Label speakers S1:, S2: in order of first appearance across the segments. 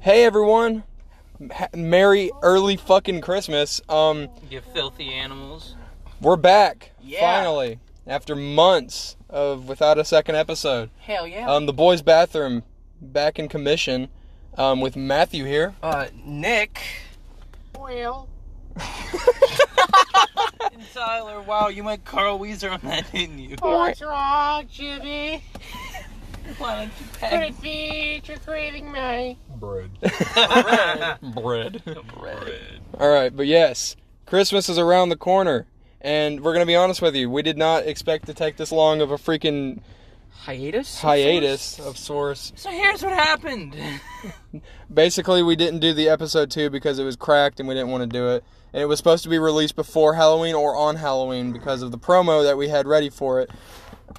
S1: Hey everyone, Ha- merry early fucking Christmas. Um,
S2: You filthy animals.
S1: we're back
S2: Yeah.
S1: finally after months of without a second episode.
S2: Hell yeah.
S1: Um, the boys' bathroom back in commission. Um, with Matthew here.
S2: Uh, Nick.
S3: Well,
S2: And Tyler, wow, you went Carl Weezer on that, didn't you?
S3: what's wrong, Jimmy?
S2: Why don't you
S3: Could
S2: pack
S3: it be you're craving my
S1: Bread.
S2: bread?
S1: Bread.
S2: bread.
S1: All right, but yes, Christmas is around the corner, and we're gonna be honest with you. We did not expect to take this long of a freaking
S2: Hiatus?
S1: hiatus of source.
S2: So here's what happened.
S1: Basically, we didn't do the episode two because it was cracked and we didn't want to do it. And it was supposed to be released before Halloween or on Halloween because of the promo that we had ready for it.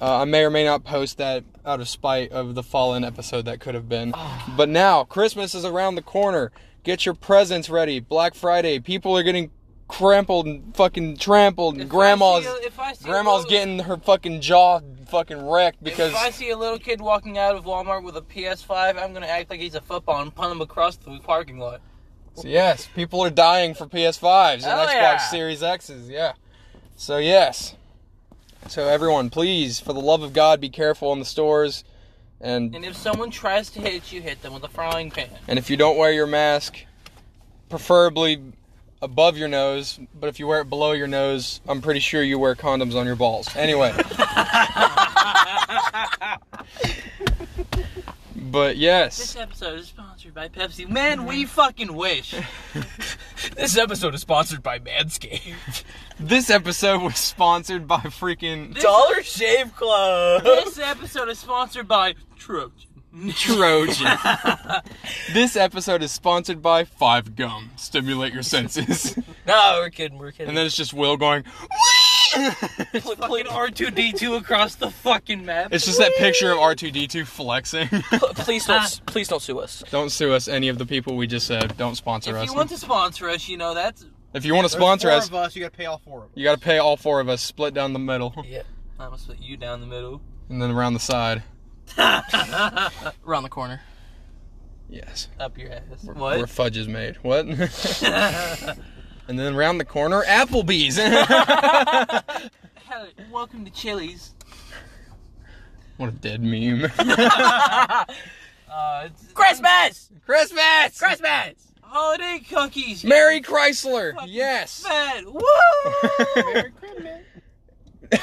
S1: Uh, I may or may not post that out of spite of the fallen episode that could have been.
S2: Ah.
S1: But now, Christmas is around the corner. Get your presents ready. Black Friday. People are getting crampled and fucking trampled. And
S2: If I
S1: grandma's
S2: see a- if I see a
S1: grandma's
S2: little-
S1: getting her fucking jaw fucking wrecked because
S2: If I see a little kid walking out of Walmart with a PS5, I'm gonna act like he's a football and punt him across the parking lot.
S1: So, yes, people are dying for PS5s and
S2: Hell
S1: Xbox
S2: yeah.
S1: Series X's. Yeah. So yes. So everyone, please, for the love of God, be careful in the stores, and
S2: And if someone tries to hit you, hit them with a frying pan.
S1: and if you don't wear your mask, preferably above your nose, but if you wear it below your nose, I'm pretty sure you wear condoms on your balls. Anyway. but yes.
S2: This episode is sponsored by Pepsi. Man, we fucking wish. this episode is sponsored by Manscaped.
S1: This episode was sponsored by freaking
S2: Dollar
S4: Shave Club.
S2: This episode is sponsored by Trojan.
S1: Trojan. this episode is sponsored by Five Gum. Stimulate your senses.
S4: no, we're kidding. We're kidding.
S1: and then it's just Will going.
S2: Put put R2D2 across the fucking map.
S1: It's just that picture of R2D2 flexing.
S4: please don't. s please don't sue us.
S1: Don't sue us, any of the people we just said. Don't sponsor
S2: if
S1: us.
S2: you want to sponsor us, you know that's
S1: if you want to sponsor us,
S5: Four of us, you gotta pay all four of them.
S1: you got to pay all four of us, split down the middle,
S2: I'm gonna split you down the middle.
S1: and then around the side.
S4: Around the corner.
S1: Yes.
S2: Up your ass.
S1: Where
S2: What?
S1: fudge is made. What? and then around the corner, Applebee's.
S2: Hell, welcome to Chili's.
S1: what a dead meme.
S2: Uh, it's
S4: Christmas.
S1: Christmas!
S4: Christmas.
S2: holiday cookies.
S1: Merry Chrysler!
S2: Fucking
S1: Yes!
S2: Fed. Woo!
S5: Merry Christmas.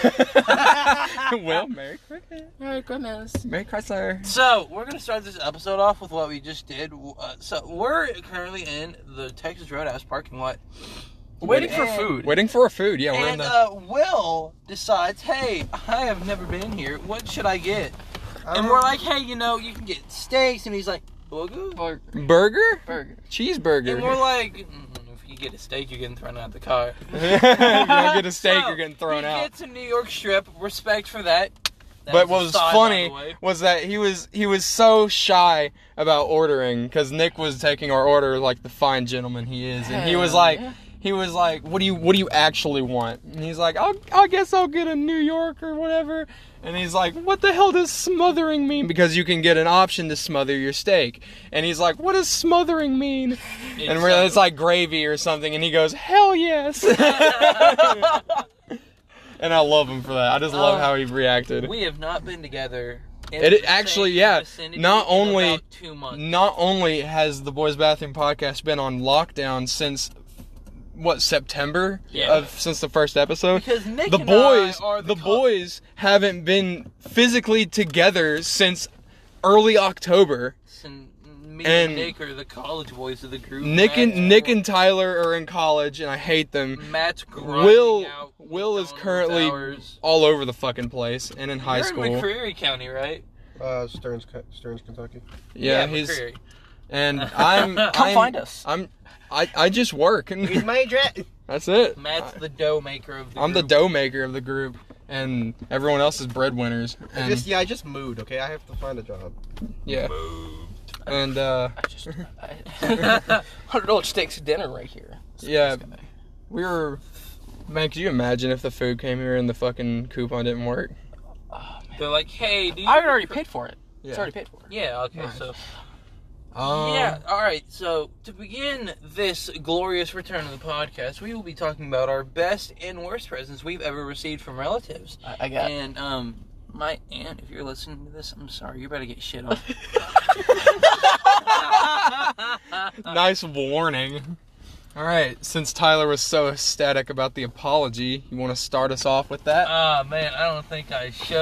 S1: well, Merry Christmas.
S4: Merry Christmas.
S1: Merry Chrysler.
S2: so we're gonna start this episode off with what we just did. Uh, so we're currently in the Texas Roadhouse parking lot.
S4: Waiting
S2: for
S4: for
S2: food.
S4: food.
S1: Waiting for our food. Yeah, we're in
S2: And
S1: the.
S2: uh, Will decides, hey, I have never been here. What should I get?
S4: Um,
S2: And we're like, hey, you know, you can get steaks. And he's like, burger?
S1: burger?
S4: Burger.
S2: And we're
S1: Cheeseburger.
S2: like, "Mm, if you get a steak, you're getting thrown out the car.
S1: if you don't get a steak,
S2: So,
S1: you're getting thrown
S2: he
S1: out.
S2: gets a New York strip. Respect for that. That
S1: but
S2: a
S1: what was
S2: side, by
S1: funny
S2: the way.
S1: was that he was he was so shy about ordering because Nick was taking our order like the fine gentleman he is, and he was
S4: Hell
S1: like,
S4: yeah.
S1: he was like, "What do you what do you actually want?" And he's like, "I'll I guess I'll get a New York or whatever." And he's like, "What the hell does smothering mean?" Because you can get an option to smother your steak, and he's like, "What does smothering mean?" And we're, it's like gravy or something, and he goes, "Hell yes." And I love him for that. I just love
S2: Um,
S1: how he reacted.
S2: we have not been together. in
S1: It
S2: the
S1: actually,
S2: same
S1: yeah,
S2: vicinity
S1: not
S2: in
S1: only-
S2: about two months.
S1: Not only has the Boys Bathroom podcast been on lockdown since what September
S4: Yeah.
S1: of since the first episode,
S2: Because Nick
S1: the
S2: and
S1: boys
S2: I are
S1: the,
S2: the, cou-
S1: boys haven't been physically together since early October.
S2: And me
S1: and
S2: and Nick are the college boys of the group.
S1: Nick and
S2: Matt's-
S1: Nick and Tyler are in college, and I hate them.
S2: Matt's grinding
S1: Will
S2: out
S1: Will is
S2: downward
S1: currently
S2: hours.
S1: all over the fucking place and in high
S2: You're
S1: school.
S2: in McCreary County, right?
S5: Uh, Stearns, Ke- Stearns, Kentucky.
S1: yeah, he's
S2: McCreary.
S1: and I'm
S4: Come
S1: I'm,
S4: find us.
S1: I'm I I just work and
S5: my address.
S1: that's it.
S2: Matt's the dough maker of the.
S1: I'm the
S2: group.
S1: dough maker of the group, and everyone else is breadwinners.
S5: I
S1: And,
S5: just, yeah, I just moved. Okay, I have to find a job.
S1: yeah. And uh,
S4: I just. I, Hundred dollar steaks dinner right here.
S1: yeah, we were. Man, could you imagine if the food came here and the fucking coupon didn't work?
S2: They're like, hey, do you
S4: I already paid for it.
S1: Yeah.
S4: It's already paid for.
S2: Yeah, okay, so
S1: Um,
S2: yeah, all right. So, to begin this glorious return of the podcast, we will be talking about our best and worst presents we've ever received from relatives.
S4: I, I got.
S2: And um my aunt, if you're listening to this, I'm sorry. You're about to get shit on.
S1: Nice warning. All right, since Tyler was so ecstatic about the apology, you want to start us off with that?
S2: Ah man, I don't think I should.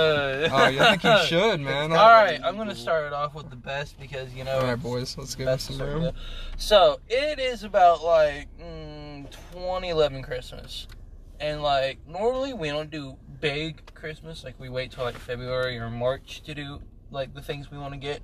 S1: Oh, you think you should, man?
S2: All right, I'm gonna start it off with the best because you know.
S1: All right, boys, let's give him
S2: That's
S1: some
S2: sort of
S1: room.
S2: the- So it is about like mm, 2011 Christmas, and like normally we don't do big Christmas. Like we wait till like February or March to do like the things we want to get.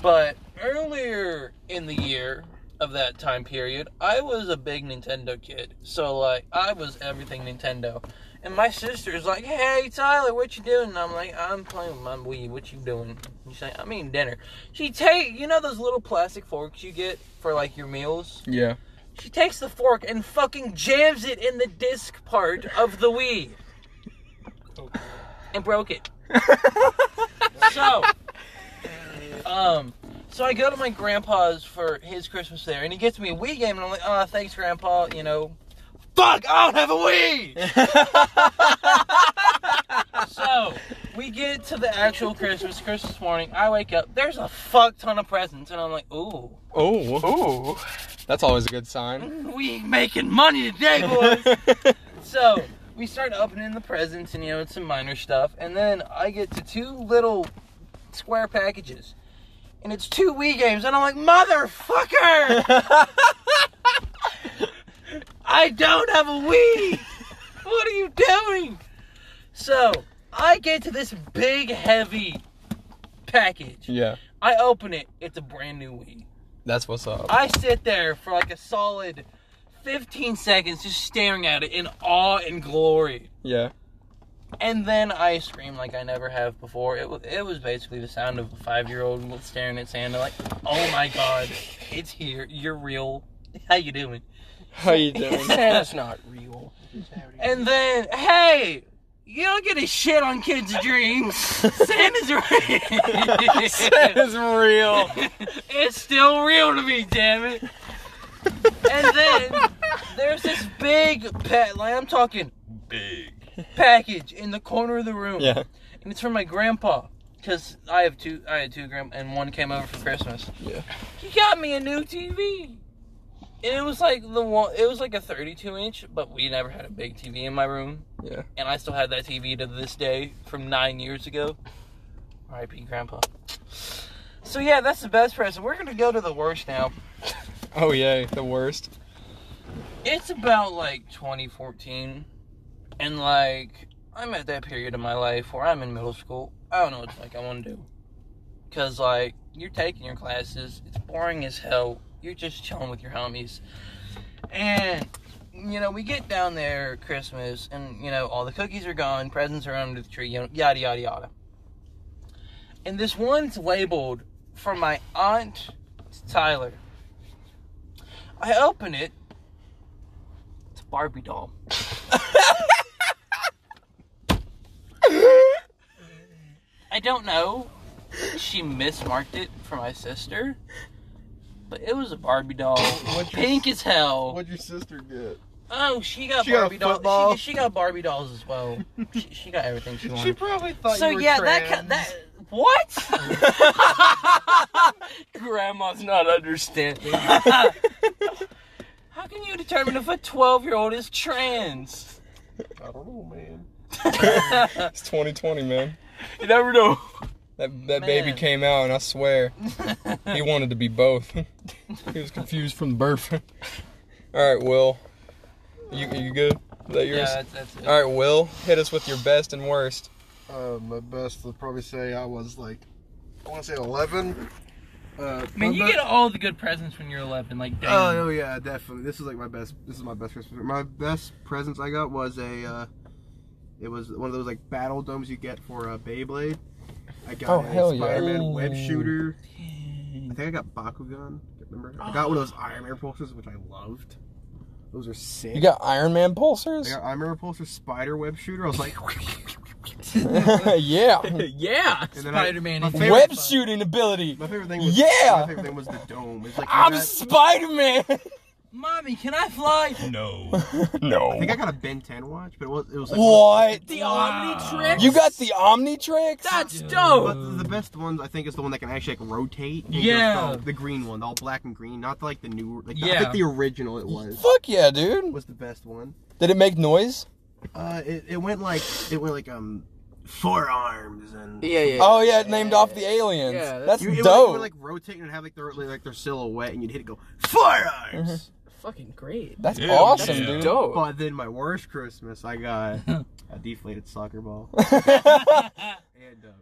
S2: But earlier in the year of that time period, I was a big Nintendo kid. So like I was everything Nintendo. And my sister's like, "Hey Tyler, what you doing?" And I'm like, "I'm playing with my Wii. What you doing?" She's like, "I'm eating dinner." She take you know those little plastic forks you get for like your meals.
S1: Yeah.
S2: She takes the fork and fucking jams it in the disc part of the Wii, and broke it. so, um, so I go to my grandpa's for his Christmas there, and he gets me a Wii game, and I'm like, "Ah, thanks, Grandpa." You know, fuck, I don't have a Wii. So we get to the actual Christmas, Christmas morning. I wake up. There's a fuck ton of presents, and I'm like, ooh,
S1: oh, ooh, that's always a good sign.
S2: we making money today, boys. so we start opening the presents, and you know it's some minor stuff, and then I get to two little square packages, and it's two Wii games, and I'm like, motherfucker, I don't have a Wii. What are you doing? So I get to this big heavy package.
S1: yeah,
S2: I open it. It's a brand new Wii.
S1: that's what's up.
S2: I sit there for like a solid 15 seconds just staring at it in awe and glory.
S1: Yeah.
S2: And then I scream like I never have before. It, wa- it was basically the sound of a five year old staring at Santa, like, oh my god, it's here. You're real. How you doing?
S1: How you doing?
S4: Santa's not real.
S2: And then, hey, you don't get a shit on kids' dreams. Santa's real.
S1: Santa's real.
S2: it's still real to me, damn it. and then there's this big pet, like I'm talking big package in the corner of the room.
S1: Yeah.
S2: And it's from my grandpa. Cause I have two, I had two grand, and one came over for Christmas.
S1: Yeah.
S2: He got me a new TV, and it was like the one, it was like a 32 inch, but we never had a big TV in my room.
S1: Yeah.
S2: And I still have that TV to this day from nine years ago. R.I.P. Grandpa. So yeah, that's the best present. We're gonna go to the worst now.
S1: Oh yay, the worst.
S2: It's about like 2014, and like I'm at that period of my life where I'm in middle school. I don't know what the fuck I want to do, cause like you're taking your classes. It's boring as hell. You're just chilling with your homies, and you know we get down there Christmas, and you know all the cookies are gone, presents are under the tree, you know, yada yada yada. And this one's labeled from my aunt Tyler. I open it. It's a Barbie doll. I don't know. She mismarked it for my sister, but it was a Barbie doll,
S5: What'd your-
S2: pink as hell.
S5: What'd your sister get?
S2: Oh, she got
S5: She got a
S2: Barbie
S5: football.
S2: dolls. She, she got Barbie dolls as well. she, she got everything she
S5: She
S2: wanted.
S5: probably thought
S2: so
S5: you were
S2: yeah, that
S5: trans.
S2: ki- that what?
S4: Grandma's not understanding.
S2: How can you determine if a twelve-year-old is trans?
S5: I don't know, man.
S1: It's 2020, man.
S4: You never know.
S1: That that baby
S2: Man.
S1: came out, and I swear he wanted to be both. he was confused from birth. All right, Will. You you good? Is that yours?
S2: Yeah, that's, that's it.
S1: All right, Will, hit us with your best and worst.
S5: Uh, my best would probably say I was like, I want to say 11. Uh,
S2: I mean,
S5: my
S2: you
S5: be-
S2: get all the good presents when you're 11. Like, damn.
S5: Oh, oh yeah, definitely. This is like my best. This is my best Christmas. My best presents I got was a. Uh, it was one of those like battle domes you get for a uh, Beyblade. I got
S1: Oh,
S5: a
S1: hell yeah.
S5: Spider-Man web
S2: Ooh.
S5: shooter. I think I got Bakugan. Can't Remember? I got one
S1: Oh.
S5: of those Iron Man pulsers, which I loved. Those are sick.
S1: You got Iron Man
S5: I
S1: pulsers?
S5: got Iron Man pulsers, Spider web shooter. I was like,
S1: yeah.
S6: yeah,
S5: And then I-
S6: Spider Man.
S5: my
S6: is
S5: favorite-
S1: Web
S5: fun.
S1: shooting ability.
S5: My favorite thing was
S1: Yeah!
S5: My favorite thing was the dome. It's like
S1: I'm
S5: that-
S1: Spider Man.
S6: Mommy, can I fly? No.
S5: I
S1: no.
S5: think I got a Ben 10 watch, but it was it was like
S1: What?
S6: The Omnitrix.
S1: You got the Omnitrix?
S6: That's
S5: But
S6: dope.
S5: the best ones I think is the one that can actually like rotate. It goes
S6: Yeah.
S5: the, the green one, the all black and green, not like the new. Like I
S6: Yeah.
S5: think the original it was
S1: Fuck yeah, dude.
S5: was the best one.
S1: Did it make noise?
S5: Uh, it, it went like it went like um forearms and
S4: Yeah, yeah.
S1: Oh yeah, it named off the aliens.
S4: Yeah, that's-
S1: that's
S5: You, it would- it
S1: dope.
S5: would like rotate and have like their like their silhouette, and you'd hit it go forearms.
S4: Fucking great.
S1: that's
S6: Yeah,
S1: awesome,
S6: that's
S1: dude.
S4: Dope.
S5: But then my worst Christmas, I got a deflated soccer ball, and uh,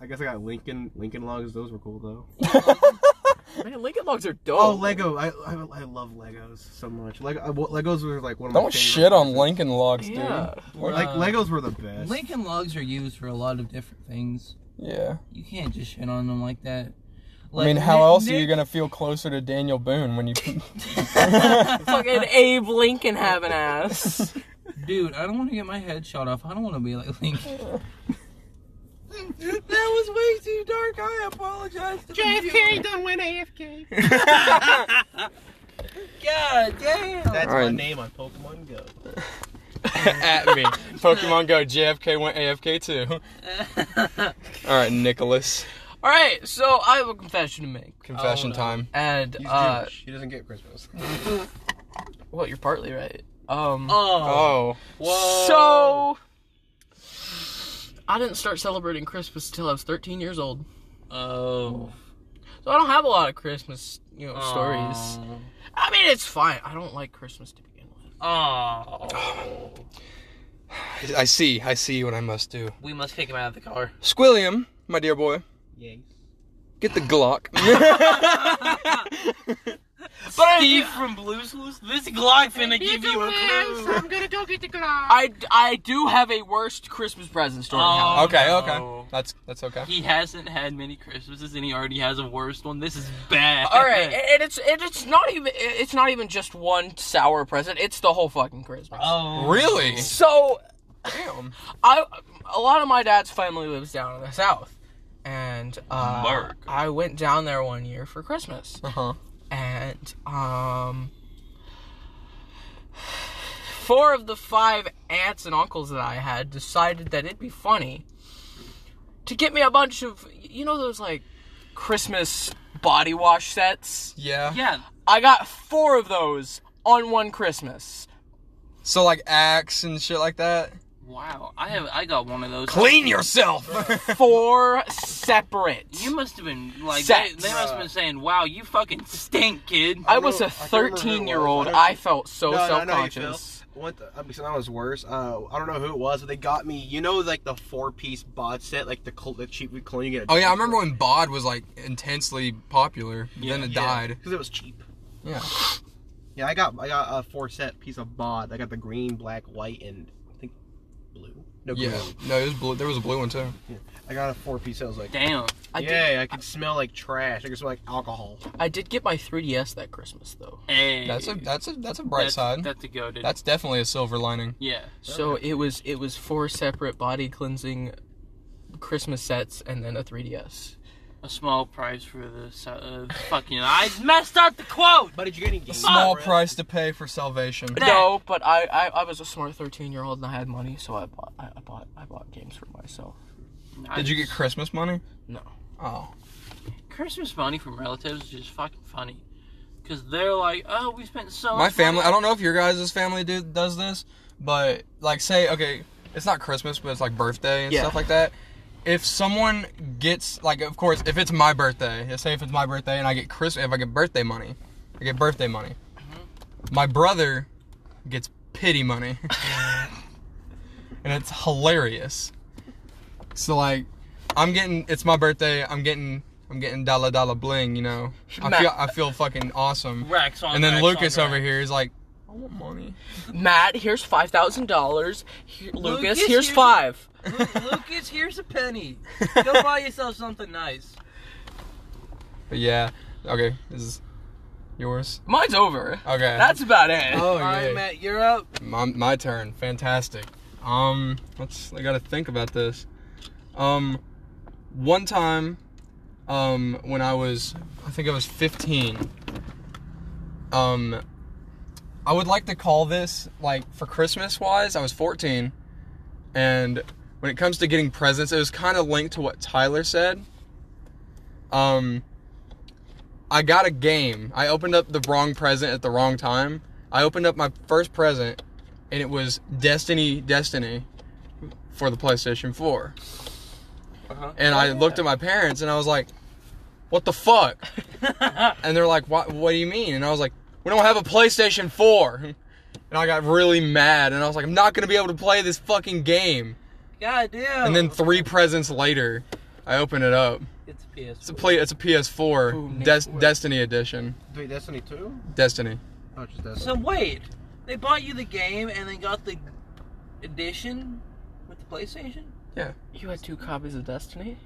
S5: I guess I got Lincoln Lincoln logs. Those were cool though.
S4: Man, Lincoln logs are dope.
S5: Oh, Lego! I, I, I love Legos so much. Lego, I- well, Legos were like one of my
S1: Don't
S5: favorite
S1: shit on
S5: things.
S1: Lincoln Logs, dude.
S4: Yeah.
S5: Like Legos were the best.
S6: Lincoln logs are used for a lot of different things.
S1: Yeah.
S6: You can't just shit on them like that.
S1: I
S6: Like,
S1: mean, how
S6: Nick-
S1: else are
S6: Nick-
S1: you gonna feel closer to Daniel Boone when you?
S4: Fucking Abe Lincoln have an ass.
S6: Dude, I don't want to get my head shot off. I don't want to be like Lincoln. that was way too dark. I apologize. To the
S2: JFK done went AFK.
S6: viewer. God damn.
S5: That's
S1: Alright.
S5: my name on Pokemon Go.
S1: At me, Pokemon Go. JFK went AFK too. All right, Nicholas.
S6: All right, so I have a confession to make.
S1: Confession time.
S6: And
S5: He's
S6: uh,
S5: Jewish. He doesn't get Christmas.
S4: well, you're partly right.
S6: um,
S2: Uh,
S1: Oh,
S4: So. I didn't start celebrating Christmas until I was 13 years old.
S6: oh,
S4: So I don't have a lot of Christmas, you know, stories. I mean, it's fine. I don't like Christmas to begin with.
S6: Oh,
S1: I- I see. I see what I must do.
S6: we must kick him out of the car.
S1: Squilliam, my dear boy,
S5: Yes.
S1: get the Glock.
S6: But Steve from Blue's Clues, this Glock finna
S2: Be
S6: give you a
S2: the
S6: clue.
S2: worst. I'm gonna go get the glass.
S4: I, I do have a worst Christmas present story.
S6: Oh.
S4: now.
S1: okay,
S6: no.
S1: okay. That's that's okay.
S6: He hasn't had many Christmases and he already has a worst one. This is bad.
S4: All right, and and it's and it's not even it's not even just one sour present. It's the whole fucking Christmas.
S6: Oh.
S1: Really?
S4: So
S1: Damn.
S4: I a lot of my dad's family lives down in the south, and uh,
S6: Mark.
S4: I went down there one year for Christmas,
S1: Uh huh.
S4: and um, four of the five aunts and uncles that I had decided that it'd be funny to get me a bunch of you know those like Christmas body wash sets.
S1: Yeah.
S6: Yeah.
S4: I got four of those on one Christmas.
S1: So like axe and shit like that.
S6: Wow. I have. I got one of those.
S1: Clean yourself.
S4: Four separate.
S6: You must have been like. They,
S4: Sex.
S6: they must have been saying, "Wow, you fucking stink, kid."
S4: I was a
S5: I can't remember who it was.
S4: 13 year old.
S5: I don't-
S4: I felt so
S5: No, no,
S4: self
S5: no, you
S4: conscious.
S5: Phil. What the, I mean, so that was worse. Uh, I don't know who it was, but they got me. You know, like the four-piece bod set, like the col- the cheap cologne you get.
S1: oh yeah, I remember when Bod was like intensely popular. but then it died.
S5: because it was cheap.
S1: Yeah.
S5: Yeah, I got I got a four-set piece of bod. I got the green, black, white, and I think blue. No,
S1: Yeah.
S5: green.
S1: No, it was blue. There was a blue one too.
S5: I got a four-piece. I was like,
S6: Damn.
S4: I did,
S5: yay! I could smell like trash. I could smell like alcohol.
S4: I did get my 3DS that Christmas, though.
S6: Hey.
S1: That's a that's a that's a bright
S6: that's,
S1: side.
S6: That's a go, dude.
S1: that's definitely a silver lining.
S6: yeah.
S4: So it was it was four separate body cleansing Christmas sets and then a 3DS.
S6: A small price for this. Uh, fucking. I messed up the quote.
S5: But did you get any games?
S1: Small
S5: for it?
S1: price to pay for salvation.
S6: That-
S4: No, but I, I, I was a smart 13 year old and I had money, so I bought I, I bought I bought games for myself.
S1: Did you get Christmas money?
S4: No.
S1: Oh.
S6: Christmas money from relatives is just fucking funny. Because they're like, oh, we spent so much
S1: My
S6: money
S1: family.
S6: on
S1: I don't know if your guys' family do, does this, but like, say, okay, it's not Christmas, but it's like birthday and
S4: Yeah.
S1: stuff like that. If someone gets like, of course, if it's my birthday, yeah, say if it's my birthday and I get Christmas, if I get birthday money, I get birthday money.
S4: Mm-hmm.
S1: My brother gets pity money, and it's hilarious. So like, I'm getting. It's my birthday. I'm getting. I'm getting dollar dollar bling. You know. I
S4: Ma-
S1: feel. I feel fucking awesome.
S6: Racks on
S1: And then
S6: racks
S1: Lucas
S6: on
S1: over
S6: racks.
S1: here is like, I want money.
S4: Matt, here's five thousand dollars. Lucas, here's,
S6: here's-
S4: five.
S6: Lu- Lucas, here's a penny. Go buy yourself something nice.
S1: But yeah, okay, this is yours.
S4: Mine's over.
S1: Okay.
S4: That's about it.
S1: oh
S6: All right,
S1: yeah.
S6: Matt, you're up.
S1: My, my turn. Fantastic. Um, let's. I gotta think about this. Um, one time, um, when I was, I think I was 15. Um, I would like to call this like for Christmas wise, I was 14, and when it comes to getting presents, it was kind of linked to what Tyler said. Um, I got a game. I opened up the wrong present at the wrong time. I opened up my first present, and it was Destiny, Destiny, for the PlayStation 4.
S6: Uh-huh.
S1: And I looked at my parents, and I was like, "What the fuck?" and they're like, "What? What do you mean?" And I was like, "We don't have a PlayStation 4." And I got really mad, and I was like, "I'm not gonna be able to play this fucking game."
S6: God damn.
S1: And then three presents later, I open it up.
S6: it's a PS.
S1: It's a play. It's a PS4
S4: Ooh,
S1: Des-
S4: Nick.
S1: Destiny edition.
S5: Wait, Destiny 2?
S1: Destiny.
S5: Oh, just Destiny.
S6: So wait, they bought you the game and they got the edition with the PlayStation.
S4: You had two copies of Destiny?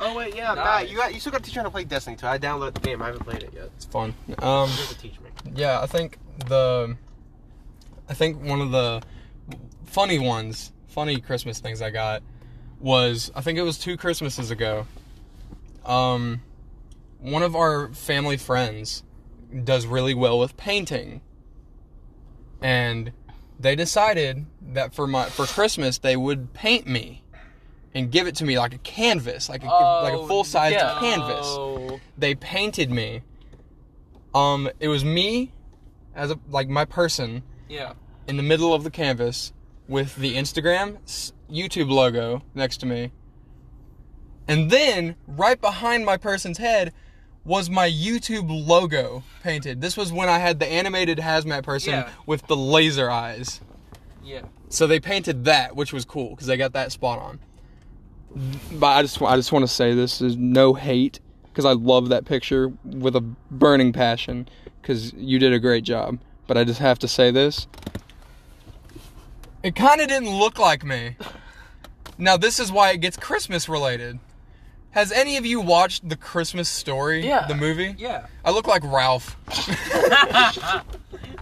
S5: oh, wait, yeah,
S6: Nice.
S5: Matt, you, got, you still got to teach me how to play Destiny 2. I downloaded the game, I haven't played it yet.
S1: It's fun. Um,
S5: You have to teach me.
S1: yeah, I think the, I think one of the funny ones, funny Christmas things I got was I think it was two Christmases ago. Um, one of our family friends does really well with painting, and they decided that for my for Christmas they would paint me. And give it to me like a canvas, like a,
S4: Oh,
S1: like a full size canvas. they painted me. Um, it was me as a like my person
S6: Yeah.
S1: in the middle of the canvas with the Instagram s- YouTube logo next to me. And then right behind my person's head was my YouTube logo painted. This was when I had the animated hazmat person
S6: Yeah.
S1: with the laser eyes.
S6: Yeah.
S1: So they painted that, which was cool because they got that spot on. But I just I just want to say this is no hate because I love that picture with a burning passion because you did a great job. But I just have to say this. It kind of didn't look like me. Now this is why it gets Christmas related. Has any of you watched the Christmas Story?
S4: Yeah.
S1: The movie.
S6: Yeah.
S1: I look like Ralph.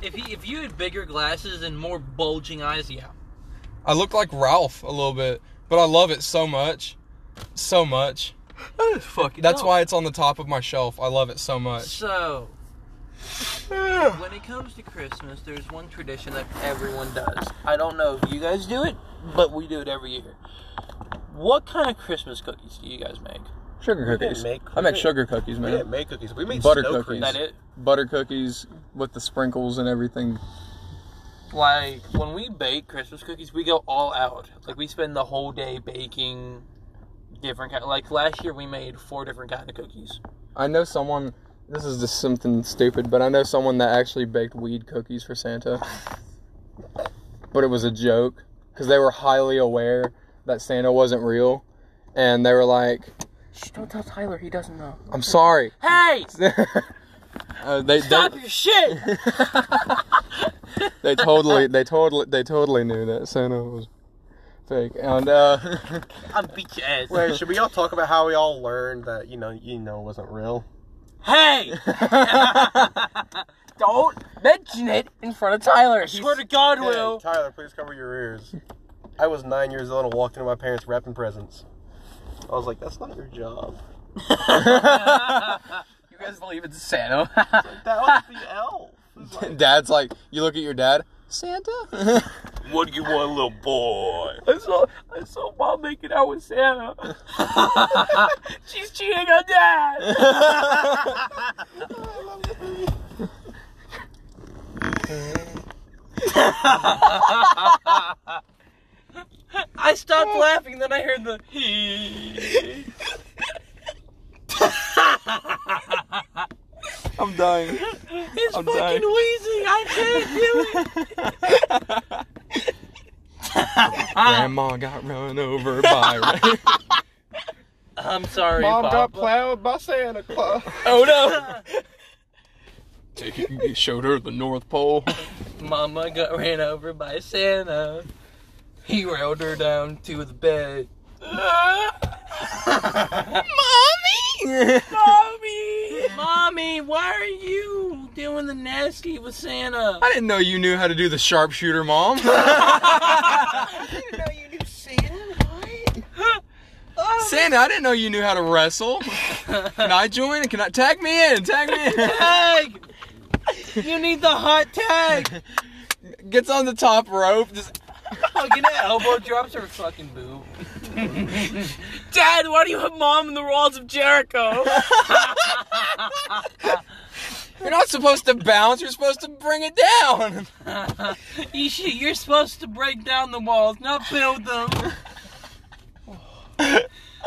S6: If he, if you had bigger glasses and more bulging eyes, yeah.
S1: I look like Ralph a little bit, but I love it so much, so much.
S4: That is fucking
S1: That's
S4: dope.
S1: why it's on the top of my shelf. I love it so much.
S6: So, when it comes to Christmas, there's one tradition that everyone does. I don't know if you guys do it, but we do it every year. What kind of Christmas cookies do you guys make?
S1: Sugar
S5: didn't
S1: cookies.
S5: make-
S1: I
S5: we
S1: make
S5: didn't-
S1: sugar cookies,
S5: We
S1: man.
S5: didn't make cookies. We made
S1: Butter
S5: snow
S1: cookies.
S5: cream.
S6: That it?
S1: Butter cookies with the sprinkles and everything.
S6: Like when we bake Christmas cookies, we go all out. Like we spend the whole day baking different kind. Like last year, we made four different kind of cookies.
S1: I know someone. This is just something stupid, but I know someone that actually baked weed cookies for Santa. But it was a joke because they were highly aware that Santa wasn't real, and they were like,
S4: Shh, don't tell Tyler, he doesn't know.
S1: "I'm sorry."
S6: Hey,
S1: uh, they,
S6: stop
S1: they,
S6: your shit!
S1: they totally they totally they totally knew that Santa was fake. And uh
S6: I'm beat your ass.
S5: Wait, should we all talk about how we all learned that, you know, you know it wasn't real?
S6: Hey,
S4: Don't mention it in front of Tyler. He's
S6: swear to God,
S5: Hey,
S6: will.
S5: Tyler, please cover your ears. I was nine years old and walked into my parents' wrapping presents. I was like, that's not your job.
S4: you guys believe it's Santa.
S5: That was the elf. It was like,
S1: dad's like, you look at your dad, Santa.
S5: what do you want, little boy?
S4: I saw I saw mom making out with Santa. She's cheating on dad.
S6: I stopped laughing, then I heard the.
S1: I'm dying.
S6: It's
S1: I'm
S6: fucking
S1: dying.
S6: wheezing. I can't do it.
S1: Grandma got run over by.
S6: I'm sorry,
S5: Mom got
S6: Papa.
S5: plowed by Santa Claus.
S1: oh no! He showed her the North Pole.
S6: Mama got ran over by Santa. He railed her down to the bed. Mommy! Mommy! Tommy, why are you doing the nasty with Santa?
S1: I didn't know you knew how to do the sharpshooter, mom.
S6: didn't know you knew Santa. What?
S1: Santa, I didn't know you knew how to wrestle. Can I join? Can I tag me in? Tag me
S6: tag. You need the hot tag.
S1: in. Gets on the top rope. Just
S6: Fucking elbow drops her fucking boob.
S4: Dad, why do you have mom in the walls of Jericho?
S1: you're not supposed to bounce. You're supposed to bring it down.
S6: you should, you're supposed to break down the walls, not build them.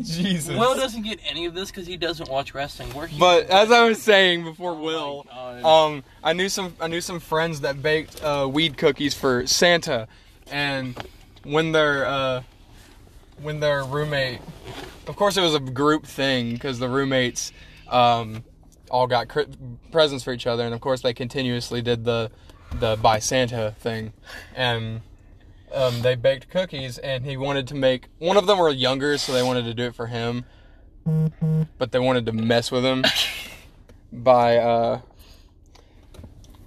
S1: Jesus.
S6: Will doesn't get any of this because he doesn't watch wrestling. We're Oh
S1: But as I was saying before, Will,
S6: God.
S1: um, I knew some I knew some friends that baked uh, weed cookies for Santa, and when their uh, when their roommate, of course, it was a group thing because the roommates um, all got cri- presents for each other, and of course they continuously did the the buy Santa thing, and um, they baked cookies, and he wanted to make one of them were younger, so they wanted to do it for him, but they wanted to mess with him by uh,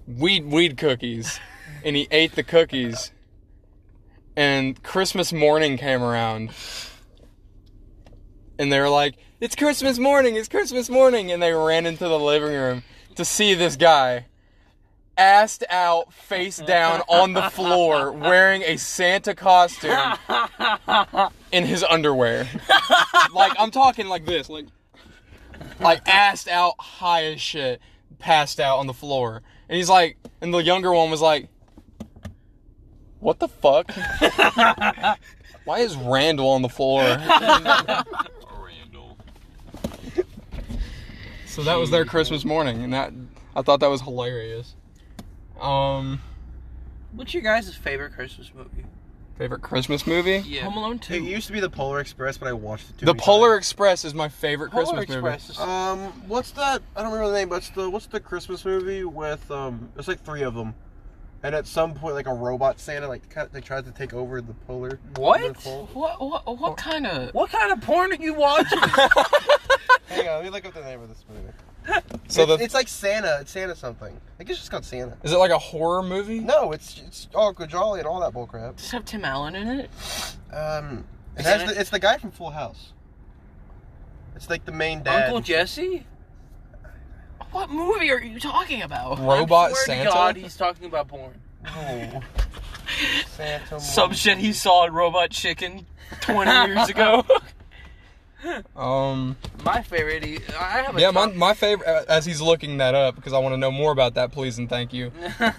S1: weed weed cookies, and he ate the cookies. And Christmas morning came around, and they were like, "It's Christmas morning! It's Christmas morning!" And they ran into the living room to see this guy, assed out, face down on the floor, wearing a Santa costume in his underwear. like I'm talking like this, like like assed out high as shit, passed out on the floor. And he's like, and the younger one was like, "What the fuck? Why is Randall on the floor?"
S6: Randall.
S1: So that was their Christmas morning, and that I thought that was hilarious. Um,
S6: What's your guys' favorite Christmas movie?
S1: favorite Christmas movie?
S6: Yeah.
S4: Home Alone 2.
S5: It used to be the Polar Express, but I watched it too.
S1: The
S5: many
S1: Polar
S5: times.
S1: Express is my favorite
S6: Polar
S1: Christmas
S6: Express. is-
S5: Um, what's that? I don't remember the name, but it's the what's the Christmas movie with um? There's like three of them, and at some point, like a robot Santa like kind of, like tries to take over the polar. the
S6: What?
S5: pole.
S4: What, what, what kind of.
S6: What kind of porn are you watching?
S5: Hang on, let me look up the name of this movie.
S1: movie. So
S5: it's,
S1: the
S5: it's like Santa. It's Santa something. I guess it's just called Santa.
S1: is it like a horror movie?
S5: No, it's it's all Jolly and all that bullcrap.
S4: Does it have Tim Allen in it?
S5: Um, it
S6: Is
S5: has
S6: it-
S5: the, it's the guy from Full House. It's like the main dad.
S6: Uncle Jesse?
S4: What movie are you talking about?
S1: Robot
S6: I swear
S1: Santa.
S6: To God, he's talking about porn.
S5: Oh. Santa.
S4: Some
S5: Moon.
S4: shit he saw in Robot Chicken 20 years ago.
S1: Um.
S6: My favorite. he- I have a
S1: Yeah, my,
S6: top-
S1: my favorite, as he's looking that up, because I want to know more about that, please and thank you.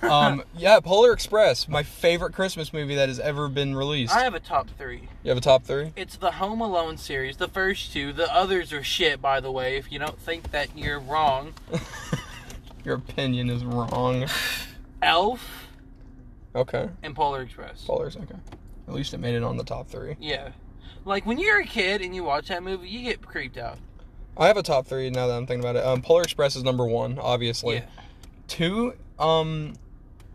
S1: Um, yeah, Polar Express, my favorite Christmas movie that has ever been released.
S6: I have a top three.
S1: You have a top three?
S6: It's the Home Alone series, the first two. The others are shit, by the way. If you don't think that, you're wrong.
S1: Your opinion is wrong.
S6: Elf
S1: Okay.
S6: and Polar Express.
S1: Polar's okay. At least it made it on the top three.
S6: Yeah. Like when you're a kid and you watch that movie, you get creeped out.
S1: I have a top three now that I'm thinking about it. Um, Polar Express is number one, obviously.
S6: Yeah.
S1: Two, um,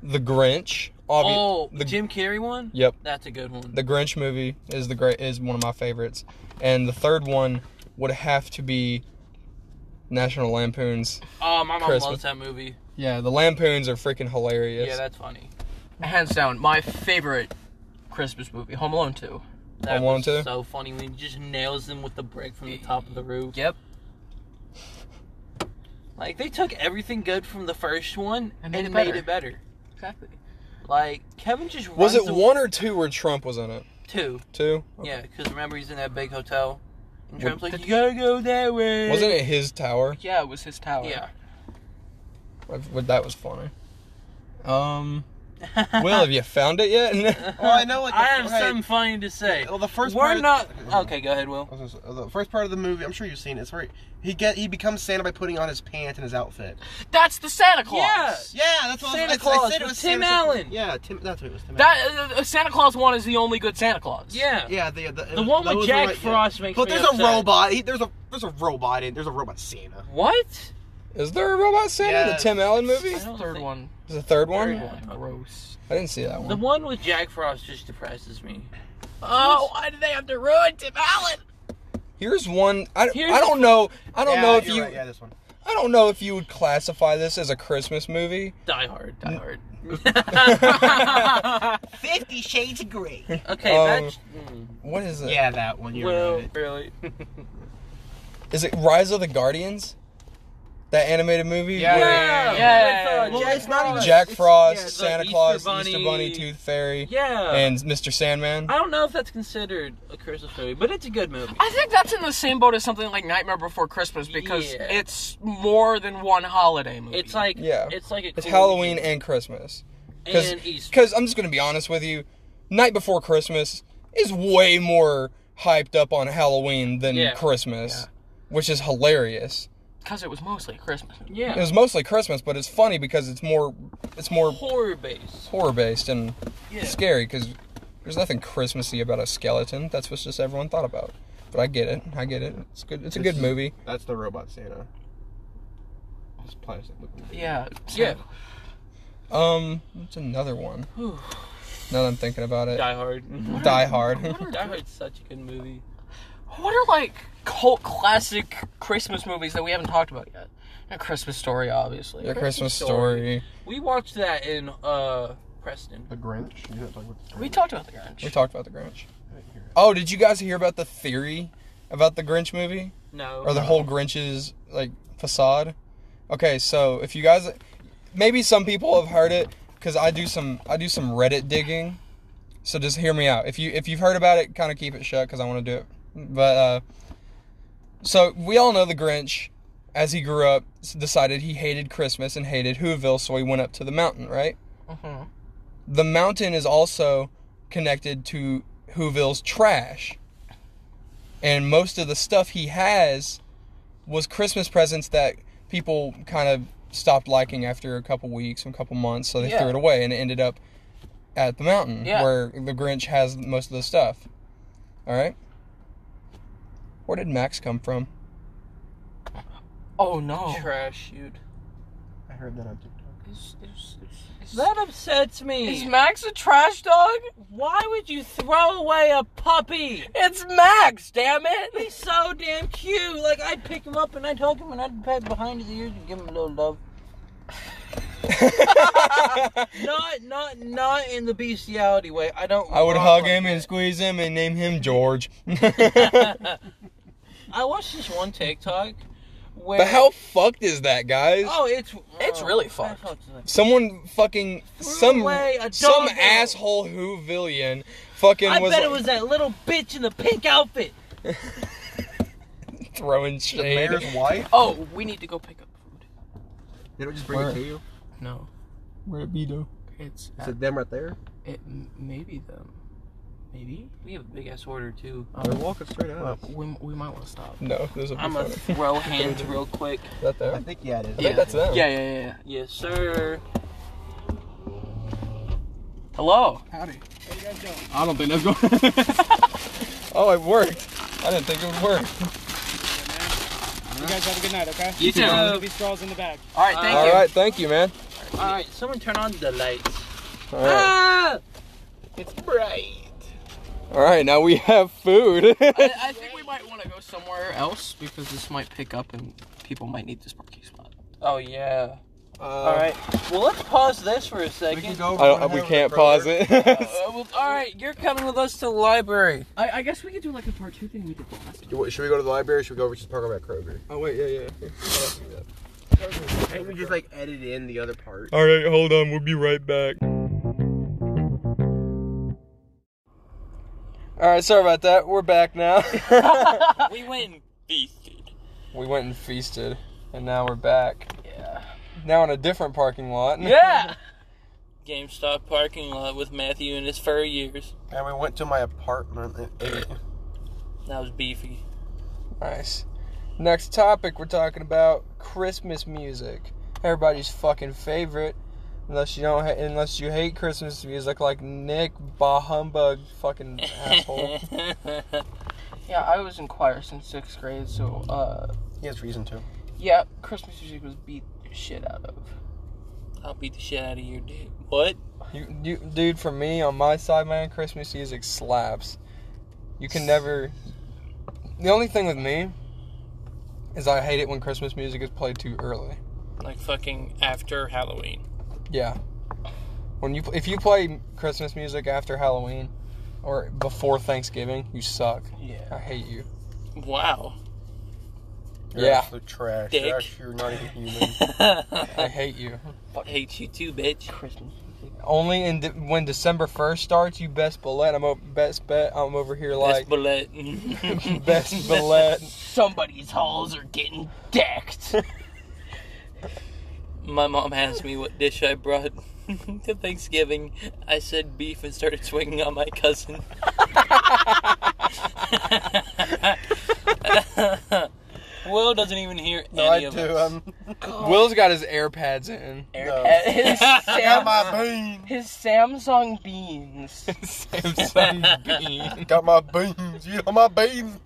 S1: The Grinch. Obvi-
S6: Oh,
S1: the
S6: the Jim Carrey one?
S1: Yep.
S6: That's a good one.
S1: The Grinch movie is the great is one of my favorites, and the third one would have to be National Lampoon's.
S6: oh, my mom
S1: Christmas.
S6: loves that movie.
S1: Yeah, the Lampoons are freaking hilarious.
S6: Yeah, that's funny.
S4: Hands down, my favorite Christmas movie, Home Alone 2.
S6: That
S1: Home Alone
S6: was
S1: too?
S6: so funny when he just nails them with the brick from the top of the roof.
S4: Yep.
S6: Like they took everything good from the first one
S4: And
S6: and,
S4: made it
S6: made
S4: better.
S6: it better.
S4: Exactly.
S6: Like Kevin just
S1: was
S6: runs
S1: it
S6: the-
S1: one or two where Trump was in it?
S6: two?
S1: Two.
S6: Yeah, because remember he's in that big hotel, and
S1: Well,
S6: Trump's like, "You gotta go that way."
S1: Wasn't it his tower?
S4: Yeah, it was his tower.
S6: Yeah.
S1: Like, well, That was funny. Um, Will, have you found it yet?
S5: Well, Oh, I know. Like, the-
S6: I have
S5: okay,
S6: something funny to say.
S5: Well, the first
S6: we're
S5: part-
S6: not okay. Go ahead, Will.
S5: I was gonna say, The first part of the movie, I'm sure you've seen it. It's where he get he becomes Santa by putting on his pants and his outfit.
S4: That's the Santa Claus.
S6: Yeah.
S5: Yeah, that's what I was,
S6: Santa
S5: I, I
S6: Claus
S5: said it
S6: with
S5: was
S6: Tim
S5: Santa-
S6: Allen.
S5: Yeah, Tim. That's what it was. Tim
S4: That uh, uh, Santa Claus one is the only good Santa Claus.
S6: Yeah.
S5: Allen. Yeah, the the,
S6: The one with
S5: those
S6: Jack
S5: are right- yeah.
S6: Frost makes
S5: But
S6: me
S5: there's
S6: upset.
S5: a robot. He, there's a there's a robot in. There's a robot Santa.
S6: What?
S1: is there a robot Santa?
S5: Yeah.
S1: The Tim Allen movie?
S4: The
S1: Is
S6: don't
S4: third
S6: think-
S4: one.
S1: the third one?
S6: Third one.
S4: Gross.
S1: I didn't see that
S6: The
S1: one.
S6: one with Jack Frost just depresses me.
S4: Oh, why did they have to ruin Tim Allen?
S1: Here's one. I,
S4: Here's-
S1: I don't know. I don't
S5: Yeah,
S1: know if
S5: you're
S1: you.
S5: right, yeah, this one.
S1: I don't know if you would classify this as a Christmas movie.
S6: Die Hard.
S4: Die Hard.
S7: Fifty Shades of Grey.
S6: Okay,
S1: Um,
S6: that's mm,
S1: What is it? Is
S5: Yeah, that one. You're
S6: well,
S5: right.
S6: really.
S1: it Rise of the Guardians? That animated movie.
S5: Yeah,
S1: where
S4: yeah, yeah.
S6: With, uh,
S4: Well,
S6: Jack
S5: it's not even-
S6: Frost.
S1: Jack
S5: It's-
S1: Frost,
S5: yeah, it's
S6: like
S1: Santa
S6: Easter
S1: Claus, Easter
S6: Bunny.
S1: Bunny, Tooth Fairy,
S6: Yeah.
S1: and Mr. Sandman.
S6: I don't know if that's considered a Christmas movie, but it's a good movie.
S4: I think that's in the same boat as something like Nightmare Before Christmas because
S6: Yeah.
S4: it's more than one holiday movie.
S6: It's like
S1: Yeah.
S6: it's like a
S1: It's
S6: cool
S1: Halloween
S6: weekend.
S1: and Christmas.
S6: and, Easter.
S1: Because I'm just going to be honest with you, Night Before Christmas is way more hyped up on Halloween than
S6: Yeah.
S1: Christmas, which is hilarious.
S4: because it was mostly a Christmas. movie.
S1: It
S6: Yeah,
S1: was mostly Christmas, but it's funny because it's more it's more
S6: horror based.
S1: horror based and
S6: Yeah.
S1: scary because there's nothing Christmassy about a skeleton. That's what just everyone thought about. But I get it. I get it. It's good. It's a
S5: This
S1: good
S5: is-
S1: movie.
S5: That's the robot Santa. It's plastic looking. thing.
S4: Yeah.
S6: Yeah.
S1: Um, what's another one?
S4: Whew.
S1: Now that I'm thinking about it,
S6: Die Hard.
S1: Die Hard.
S6: Die Hard's such a good movie.
S4: What are like cult classic Christmas movies that we haven't talked about yet? A Christmas Story, obviously.
S1: Your Christmas
S6: Christmas
S1: story.
S6: Story. We watched that in uh Preston.
S5: The Grinch. You know, it's like with the
S4: We
S5: Grinch.
S4: talked about the
S1: We
S4: Grinch.
S1: talked about the Grinch.
S5: I didn't hear it.
S1: Oh, did you guys hear about the theory about the Grinch movie
S6: No.
S1: or the whole Grinch's like facade? Okay, so if you guys, maybe some people have heard it because I do some I do some Reddit digging. So just hear me out. If you if you've heard about it, kind of keep it shut because I want to do it. But uh, so we all know the Grinch, as he grew up, s- decided he hated Christmas and hated Whoville, so he went up to the mountain, right?
S4: Mhm.
S1: The mountain is also connected to Whoville's trash. And most of the stuff he has was Christmas presents that people kind of stopped liking after a couple weeks and a couple months, so they
S4: Yeah.
S1: threw it away and it ended up at the mountain
S4: Yeah.
S1: where the Grinch has most of the stuff. All right? Where did Max come from?
S4: Oh no.
S6: trash shoot.
S5: I heard that on TikTok.
S4: Is, is- is-
S6: That upsets
S4: is
S6: me.
S4: Max a trash dog?
S6: Why would you throw away a puppy?
S4: It's Max, damn
S6: He's
S4: it!
S6: so damn cute. Like I'd pick him up and I'd hug him and I'd pat behind his ears and give him a little love. Not, not, not in the bestiality way. I don't.
S1: I
S4: Oh
S1: would
S6: rock
S1: hug
S6: like
S1: him
S6: that.
S1: and squeeze him and name him George.
S6: I watched this one TikTok where.
S1: but how fucked is that, guys?
S6: Oh, it's
S4: It's
S6: oh,
S4: really
S6: I
S4: fucked.
S6: fucked with it.
S1: Someone fucking some
S6: away a
S1: some
S6: doggo.
S1: asshole Whovillian fucking
S6: I
S1: was,
S6: bet
S1: like,
S6: it was that little bitch in the pink outfit.
S1: throwing shade.
S5: Mayor's wife.
S4: Oh, we need to go pick up food.
S5: They don't just bring
S1: Where?
S5: it to you.
S4: No,
S1: Where it be though?
S4: it's
S5: Is it them right there?
S4: it maybe them, maybe.
S6: We have a big ass order too.
S5: They're walking straight at us.
S4: we, we might want to stop.
S1: No, there's a
S6: I'm
S1: photo.
S6: gonna throw hands real quick.
S1: Is that there? I
S5: think yeah, it is.
S1: think that's them.
S4: Yeah, yeah, yeah.
S6: Yes, sir.
S4: Hello.
S5: Howdy. I don't think that's going.
S1: Oh, it worked. I didn't think it would work.
S8: You guys have a good night, okay?
S6: You too.
S8: There'll be straws in the bag.
S4: All right, thank
S1: All
S4: you.
S1: right, thank you, man.
S6: All right, someone turn on the lights.
S1: All right,
S6: Ah!
S4: It's bright.
S1: all right. Now we have food.
S4: I, I think we might want to go somewhere else because this might pick up and people might need this parking spot.
S6: Oh yeah.
S5: Uh,
S6: All right. Well, let's pause this for a second.
S5: We can go.
S1: I don't, we can't pause it.
S6: Uh, well, all right, you're coming with us to the library.
S4: I, I guess we could do like a part two thing we did the last time.
S5: Should we go to the library? or Should we go over to Park over at Kroger?
S1: oh wait, yeah, yeah.
S5: Can we just like edit in the other part?
S1: All right, hold on. We'll be right back. All right, sorry about that. We're back now.
S6: We went and feasted.
S1: we went and feasted, and now we're back.
S6: Yeah.
S1: Now in a different parking lot.
S6: Yeah. GameStop parking lot with Matthew in his fur years.
S5: And we went to my apartment and ate.
S6: That was beefy.
S1: nice. Next topic, we're talking about Christmas music. Everybody's fucking favorite, unless you don't, ha- unless you hate Christmas music like Nick Bah Humbug, fucking asshole.
S4: Yeah, I was in choir since sixth grade, so uh,
S5: He has reason to.
S4: yeah, Christmas music was beat the shit out of.
S6: I'll beat the shit out of you, dude. What?
S1: You, you, dude, for me on my side, man, Christmas music slaps. You can never, The only thing with me is I hate it when Christmas music is played too early.
S4: Like fucking after Halloween.
S1: Yeah. When you if you play Christmas music after Halloween or before Thanksgiving, you suck.
S6: Yeah.
S1: I hate you.
S4: Wow.
S1: Yeah.
S5: absolute trash.
S4: Dick.
S5: You're actually you're not even human.
S1: I hate you.
S6: Fuck hate you too, bitch. Christmas.
S1: Only in de- when December first starts, you best bullet. I'm o- best bet. I'm over here like
S6: Best bullet.
S1: best bullet.
S6: Somebody's halls are getting decked. My mom asked me what dish I brought to Thanksgiving. I said beef and started swinging on my cousin. Will doesn't even hear
S5: no, I
S6: any of
S5: do.
S6: it.
S5: I'm
S1: Will's got his air pads in.
S5: no.
S4: His,
S5: got
S4: Sam-
S5: my beans.
S4: his Samsung beans.
S1: Samsung bean.
S5: Got my beans. You know my beans.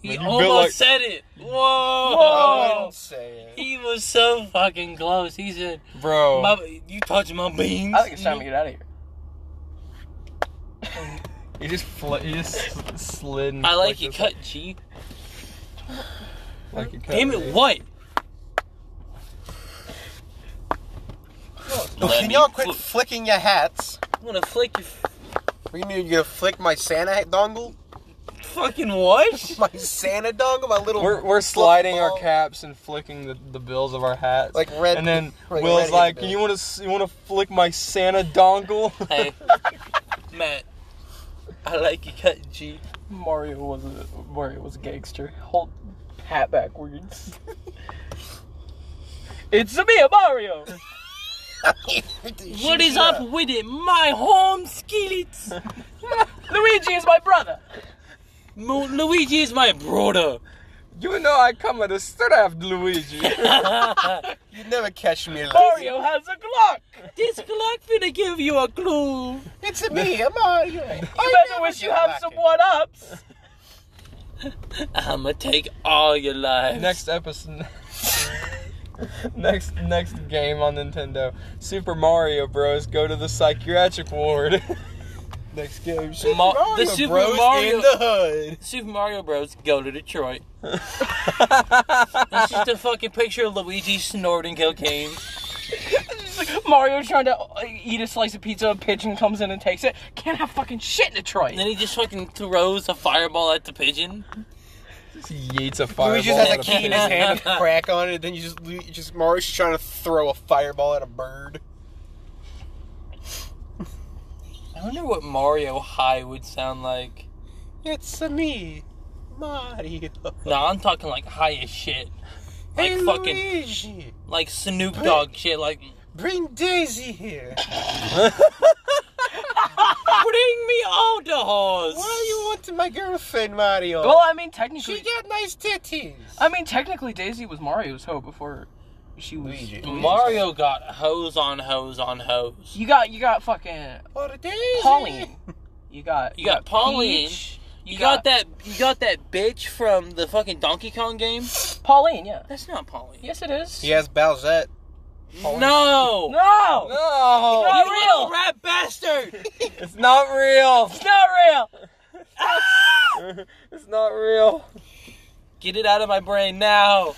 S6: He
S1: Man, you built
S6: almost
S1: like-
S6: said it.
S5: I
S6: Whoa! Oh!
S5: wouldn't say it.
S6: He was so fucking close. He said,
S1: Bro.
S6: my, "You touch my beans."
S4: I think it's time to get out of here.
S1: He just fl- he just s- slid. And
S6: I like you
S1: this-
S6: cut G.
S1: Like you cut
S6: Damn
S1: me.
S6: it! What? Let
S5: Can
S6: me
S5: y'all quit
S6: fl-
S5: flicking your hats?
S6: I'm gonna flick your f-
S5: We need you to flick my Santa hat dongle.
S6: fucking what?
S5: My Santa dongle. My little.
S1: We're, we're sliding our
S5: football.
S1: caps and flicking the, the bills of our hats.
S5: Like red.
S1: and then
S5: like
S1: Will's
S5: red
S1: like,
S5: handed.
S1: "You want to you want to flick my Santa dongle?"
S6: hey, Matt. I like you cut G.
S4: Mario was a Mario was a gangster. Hold hat backwards. it's me, Mario.
S6: What is up with it? My home skillets.
S4: Luigi is my brother.
S6: Mo- Luigi is my brother.
S1: you know I come with a staff, Luigi.
S5: You never catch me. like-
S4: Mario has a Glock.
S6: This clock finna give you a clue.
S5: It's me. I'm Mario.
S4: You better wish you have some one ups.
S6: I'ma take all your lives.
S1: next episode. next next game on Nintendo, Super Mario Bros. Go to the psychiatric ward.
S5: Next game.
S6: Ma- the Super
S5: Bros
S6: Mario-
S5: in the hood.
S6: Super Mario Bros. Go to Detroit. That's just a fucking picture of Luigi snorting cocaine.
S4: Mario's trying to uh, eat a slice of pizza. A pigeon comes in and takes it. Can't have fucking shit in Detroit.
S6: And then he just fucking throws a fireball at the pigeon.
S1: he yeets a fireball.
S5: Luigi just has
S1: at
S5: a key in his hand with crack on it. Then you just, you just Mario's just trying to throw a fireball at a bird.
S6: I wonder what Mario High would sound like.
S5: It's a me, Mario.
S6: No, I'm talking like high as shit. Like
S5: hey,
S6: fucking
S5: Luigi,
S6: like Snoop Dogg shit, like
S5: bring Daisy here.
S6: Bring me all the horse.
S5: Why you want my girlfriend, Mario?
S4: well, I mean
S5: she
S4: technically,
S5: got nice titties.
S4: I mean technically, Daisy was Mario's hoe before she was.
S6: Mm. Mario got hose on hose on hose.
S4: You got you got fucking
S5: Or Daisy.
S4: Pauline. You got
S6: You got Pauline.
S4: Peach.
S6: You, got, that you got that bitch from the fucking Donkey Kong game?
S4: Pauline. Yeah.
S6: That's not Pauline.
S4: Yes, it is.
S5: He has Bowsette.
S6: No!
S4: No.
S1: No,
S4: Not
S6: You
S4: real.
S6: little rat bastard!
S1: it's not real. Ah!
S4: It's not real.
S1: It's not real.
S6: Get it out of my brain now.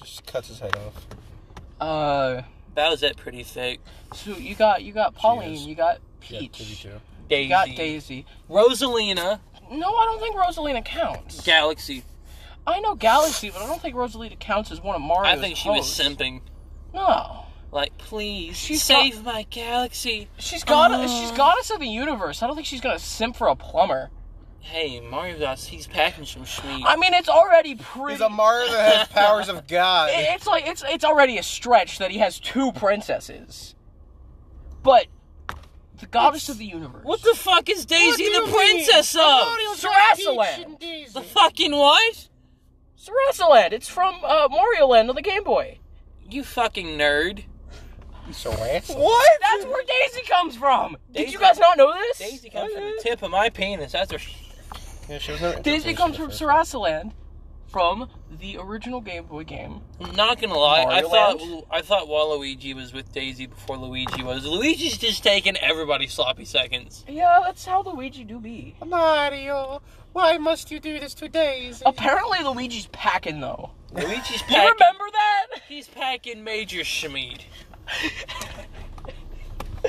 S5: Just cuts his head off.
S4: Uh,
S6: That was it pretty thick.
S4: so you got you got Pauline.
S5: She is.
S4: You got
S5: Yeah,
S4: Peach.
S5: pretty too.
S6: Daisy.
S4: you got Daisy.
S6: Rosalina.
S4: No, I don't think Rosalina counts.
S6: Galaxy.
S4: I know Galaxy, but I don't think Rosalina counts as one of Mario's.
S6: I think she was
S4: hoes.
S6: simping.
S4: No.
S6: Like, please,
S4: She's
S6: save my galaxy.
S4: She's god. she's goddess of the universe. I don't think she's gonna simp for a plumber.
S6: Hey, Mario got he's packing some schmeat.
S4: I mean, it's already pretty.
S5: He's a Mario that has powers of God.
S4: it- it's like it's it's already a stretch that he has two princesses. But the goddess of the universe. Oh,
S6: What the fuck is Daisy the princess of?
S4: Sarasaland?
S6: The fucking what?
S4: Sarasaland. It's from uh, Mario Land on the Game Boy.
S6: You fucking nerd.
S4: What? That's where Daisy comes from. Did
S6: Daisy-
S4: you guys not know this?
S6: Daisy Oh, comes from the tip of my penis. That's her.
S5: Yeah, she was never
S4: Daisy comes from Sarasaland. from the original Game Boy game.
S6: Not gonna lie, I
S4: Mario
S6: thought
S4: Land?
S6: I thought Waluigi was with Daisy before Luigi was. Luigi's just taking everybody's sloppy seconds.
S4: Yeah, that's how Luigi do be.
S2: Mario, why must you do this to Daisy?
S4: Apparently Luigi's packing though.
S6: Luigi's
S4: You
S6: packing.
S4: remember that?
S6: He's packing Major Schmied.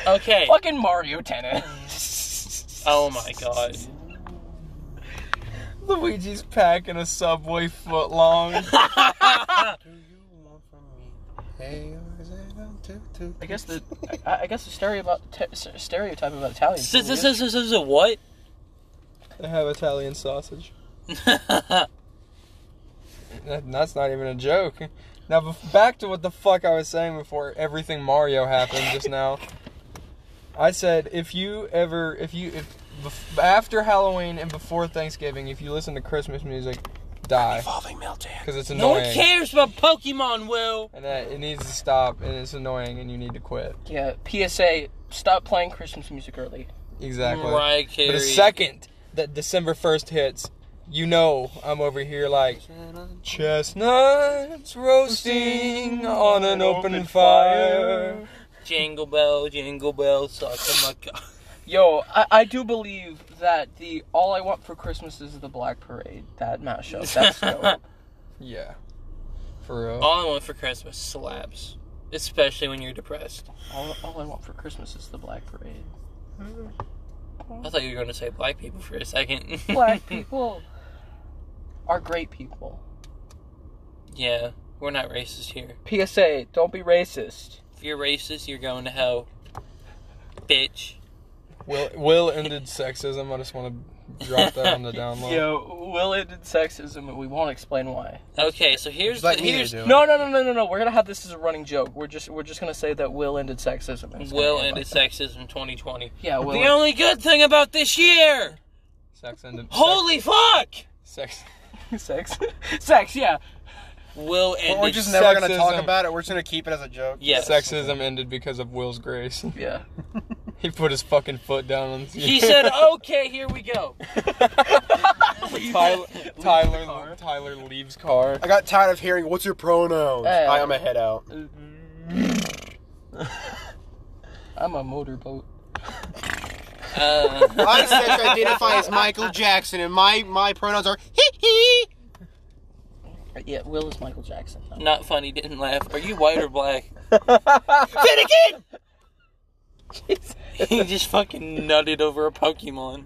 S6: Okay.
S4: Fucking Mario Tennis.
S6: Oh my god.
S1: Luigi's packing a subway foot long.
S4: I guess the I, I guess the stereo about te- stereotype about Italians.
S6: This is this is a what?
S1: they have Italian sausage. That- That's not even a joke. Now bef- back to what the fuck I was saying before everything Mario happened just now. I said if you ever if you if bef- after Halloween and before Thanksgiving if you listen to Christmas music, die
S6: Evolving Meltdown.
S1: because it's
S6: No
S1: annoying
S6: one cares about Pokemon, Will.
S1: and that it needs to stop and it's annoying and you need to quit.
S4: Yeah. PSA: Stop playing Christmas music early.
S1: Exactly.
S6: Mariah Carey.
S1: But the second that December first hits, you know I'm over here like chestnuts roasting on an open fire.
S6: Jingle bell, jingle bell, Oh suck a muck.
S4: Yo, I, I do believe that the all I want for Christmas is the Black Parade. That mashup. That's dope.
S1: Yeah. For real.
S6: All I want for Christmas slaps. Especially when you're depressed.
S4: all, all I want for Christmas is the Black Parade.
S6: I thought you were going to say black people for a second.
S4: Black people are great people.
S6: yeah, we're not racist here.
S4: PSA: Don't be racist.
S6: If you're racist, you're going to hell. Bitch.
S1: Will Will ended sexism. I just want to drop that on the down low.
S4: Yo, Will ended sexism, but we won't explain why.
S6: Okay, so here's
S5: like
S6: the,
S5: me to
S6: here's
S5: do.
S4: No, no, no, no, no, no. We're gonna have this as a running joke. We're just we're just gonna say that Will ended sexism. and it's gonna
S6: Will
S4: end
S6: ended
S4: like that.
S6: sexism 2020.
S4: Yeah, Will.
S6: The only good thing about this year!
S1: Sex ended.
S6: Holy fuck!
S1: sex.
S4: sex, sex. Yeah.
S6: Will ended.
S5: We're just never gonna talk
S1: Sexism.
S5: about it. We're just gonna keep it as a joke.
S6: Yes.
S1: Sexism ended because of Will's grace.
S4: Yeah.
S1: he put his fucking foot down on. The
S6: He said, "Oh, okay, here we go.
S1: Tyler, Tyler, Tyler leaves car.
S5: I got tired of hearing, "What's your pronouns?"
S4: Hey.
S5: I am a head out.
S4: I'm a motorboat.
S6: Uh,
S5: I sex identify as Michael Jackson, and my my pronouns are hee hee.
S4: Yeah, Will is Michael Jackson.
S6: not funny, didn't laugh. Are you white or black?
S5: Finnegan.
S6: he just fucking nutted over a Pokemon.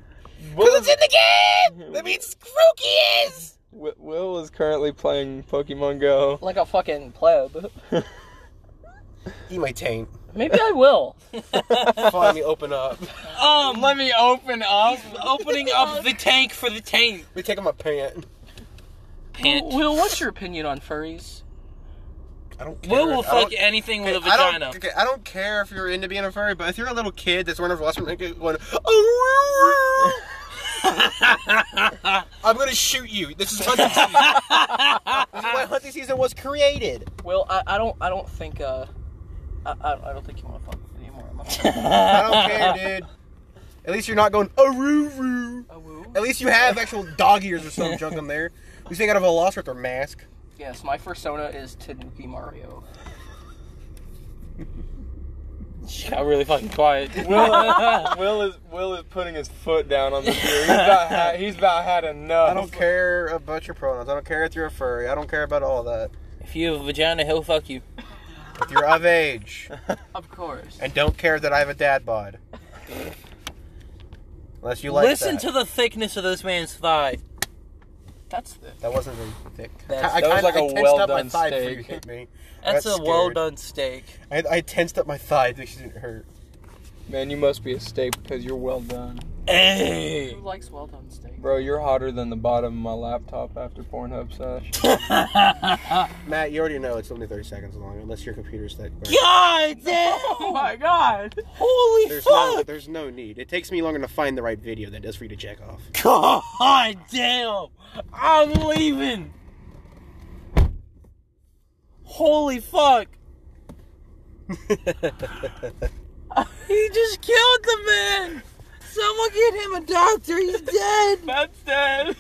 S1: Will is,
S5: That means Crokey is.
S1: Wi- Will is currently playing Pokemon Go.
S4: Like a fucking pleb.
S5: Eat my taint.
S4: Maybe I will.
S5: Finally, open up.
S6: Um, let me open up. Opening up the tank for the tank.
S5: We take off my pant.
S6: Pant.
S4: Will, what's your opinion on furries?
S5: I don't. Care.
S6: Will will
S5: I don't-
S6: fuck anything with a
S5: I don't,
S6: vagina.
S5: okay, I don't care if you're into being a furry, but if you're a little kid that's wearing a Velociraptor going, "Oh, I'm gonna shoot you. This is hunting season. this is why hunting season was created.
S4: Will, I, I don't I don't think uh I, I, I don't think you want to fuck with me anymore. I'm not-
S5: I don't care, dude. At least you're not going "Oh, aroo roo.
S4: A woo?
S5: At least you have actual dog ears or some junk on there. You still got a Velociraptor mask.
S4: Yes, my persona is Tanuki Mario.
S6: She got really fucking quiet.
S1: Will, Will is Will is putting his foot down on the deer. He's about had, he's about had enough.
S5: I don't care about your pronouns. I don't care if you're a furry. I don't care about all that.
S6: if you have a vagina, he'll fuck you.
S5: If you're of age
S4: Of course.
S5: and don't care that I have a dad bod. Unless you like
S6: Listen
S5: that.
S6: to the thickness of this man's thigh.
S4: That's the
S5: That wasn't really thick.
S6: That's-
S5: I,
S1: that was
S5: kinda-
S1: like a
S5: I tensed
S1: well
S5: up my
S1: done
S5: thigh before you
S1: steak.
S5: hit me.
S6: That's a
S5: got
S6: well
S5: scared.
S6: done steak.
S5: I, I tensed up my thigh because she didn't hurt.
S1: Man, you must be a steak because you're well done,
S6: Hey.
S4: who likes well done steak?
S1: bro. You're hotter than the bottom of my laptop after Pornhub sesh.
S5: Matt, you already know it's only 30 seconds long, unless your computer's that quick.
S6: God damn!
S4: Oh my god!
S6: Holy
S5: There's no,
S6: fuck!
S5: there's no need. It takes me longer to find the right video than it does for you to check off.
S6: God damn! I'm leaving! Holy fuck! He just killed the man! Someone get him a doctor, he's dead!
S4: That's dead!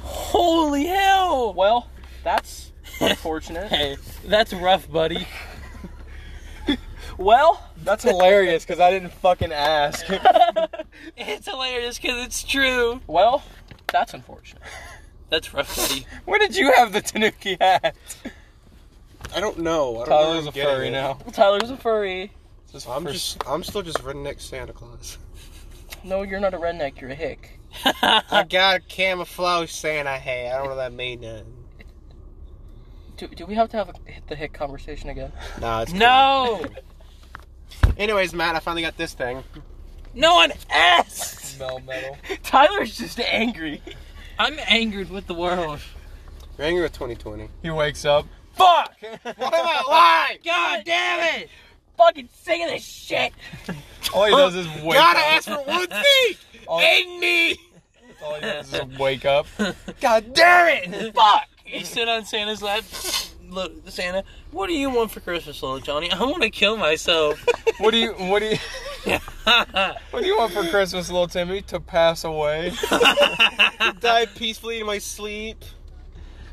S4: Holy hell! Well, that's unfortunate.
S6: Hey, that's rough, buddy.
S4: well,
S1: That's hilarious because I didn't fucking ask.
S6: It's hilarious because it's true.
S4: well, that's unfortunate.
S6: That's rough, buddy.
S1: Where did you have the Tanuki hat?
S5: I don't know. I don't know
S1: Tyler's
S5: where
S1: a
S5: I'm getting
S1: furry
S5: it.
S1: now.
S4: Tyler's a furry.
S1: Just
S5: I'm
S1: for-
S5: just, I'm still just redneck Santa Claus.
S4: No, you're not a redneck. You're a hick.
S5: I got a camouflage Santa hat. I don't know that mean nothing.
S4: Do, do we have to have a, hit the hick conversation again?
S5: No, it's
S6: no,
S5: cool. Anyways, Matt, I finally got this thing.
S6: no one asked.
S1: smell metal.
S4: Tyler's just angry.
S6: I'm angered with the world.
S5: You're angry with 2020.
S1: He wakes up. Fuck!
S5: What am I lying?
S6: God damn it! Fucking sing of this shit.
S1: All he does is wake
S5: Gotta
S1: up.
S5: ask for one thing.
S1: All,
S5: Aid me.
S1: all he does is wake up.
S5: God damn it.
S6: Fuck! You sit on Santa's lap. Look, Santa, what do you want for Christmas, little Johnny? I want to kill myself.
S1: What do you? What do you? What do you want for Christmas, little Timmy? To pass away?
S5: Die peacefully in my sleep.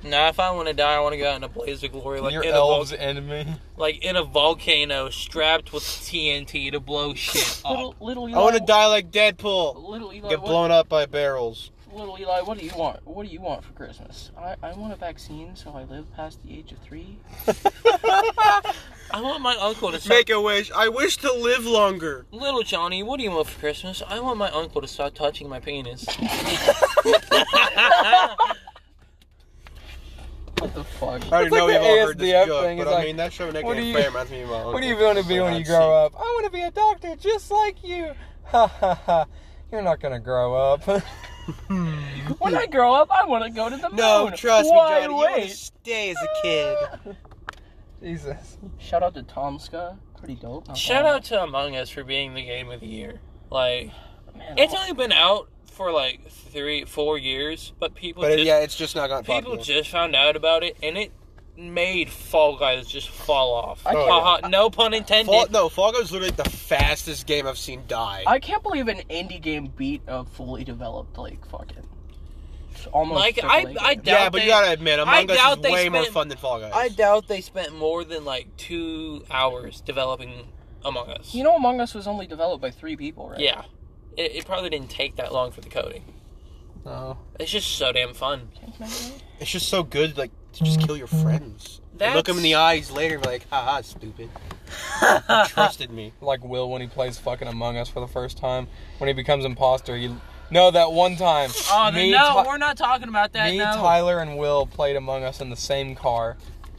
S6: Nah, if I want to die, I want to go out in a blaze of glory, like
S1: Your
S6: in
S1: elves
S6: a
S1: enemy.
S6: vol- like in a volcano, strapped with TNT to blow shit up.
S4: Little, little Eli.
S5: I want to die like Deadpool.
S4: Little Eli.
S5: Get
S4: Oh. what-
S5: blown up by barrels.
S4: Little Eli, what do you want? What do you want for Christmas? I, I want a vaccine so I live past the age of three.
S6: I want my uncle to start.
S5: Make a wish. I wish to live longer.
S6: Little Johnny, what do you want for Christmas? I want my uncle to stop touching my penis.
S4: What the fuck?
S5: I already
S1: It's like
S5: know
S1: the
S5: we've all heard
S1: ASDF
S5: this joke,
S1: thing,
S5: but
S1: it's
S5: I
S1: like,
S5: mean that show Nick
S1: what do
S5: and
S1: you-
S5: Faye reminds me of my uncle.
S1: What do you want to be when you grow up? I want to be a doctor, just like you. Ha ha ha. You're not gonna grow up.
S4: When I grow up, I want to go to the moon.
S5: No, trust
S4: Why
S5: me, Johnny. You want
S4: Wait.
S5: to stay as a kid.
S1: Jesus.
S4: Shout out to Tomska. Pretty dope. Not
S6: Shout
S4: bad.
S6: out to Among Us for being the game of the year. Like,
S4: Man,
S6: it's
S4: all-
S6: only been out for like three, four years, but people
S5: But
S6: just
S5: yeah, it's just not gotten
S6: people
S5: popular.
S6: just found out about it, and it made Fall Guys just fall off.
S4: I can't-
S6: Haha, no pun intended.
S5: Fall, no, Fall Guys is literally the fastest game I've seen die.
S4: I can't believe an indie game beat a fully developed like fucking. it's Almost
S6: Like,
S4: AAA
S6: I-
S4: game.
S6: I doubt-
S5: yeah, but
S6: they-
S5: you gotta admit,
S6: I
S5: Among Us
S6: doubt
S5: is
S6: they
S5: way more
S6: spent-
S5: fun than Fall Guys.
S6: I doubt they spent more than like two hours developing Among Us.
S4: You know, Among Us was only developed by three people, right?
S6: yeah, it, it probably didn't take that long for the coding.
S1: No.
S6: It's just so damn fun.
S5: it's just so good, like to just kill your
S1: Mm-hmm.
S5: friends. You Look
S6: That's-
S5: them in the eyes later, and be like, haha, stupid. You trusted me.
S1: Like Will when he plays fucking Among Us for the first time. When he becomes imposter, he. No, that one time.
S6: Oh
S1: Me,
S6: no,
S1: Ty-
S6: we're not talking about that.
S1: Me,
S6: no.
S1: Tyler, and Will played Among Us in the same car.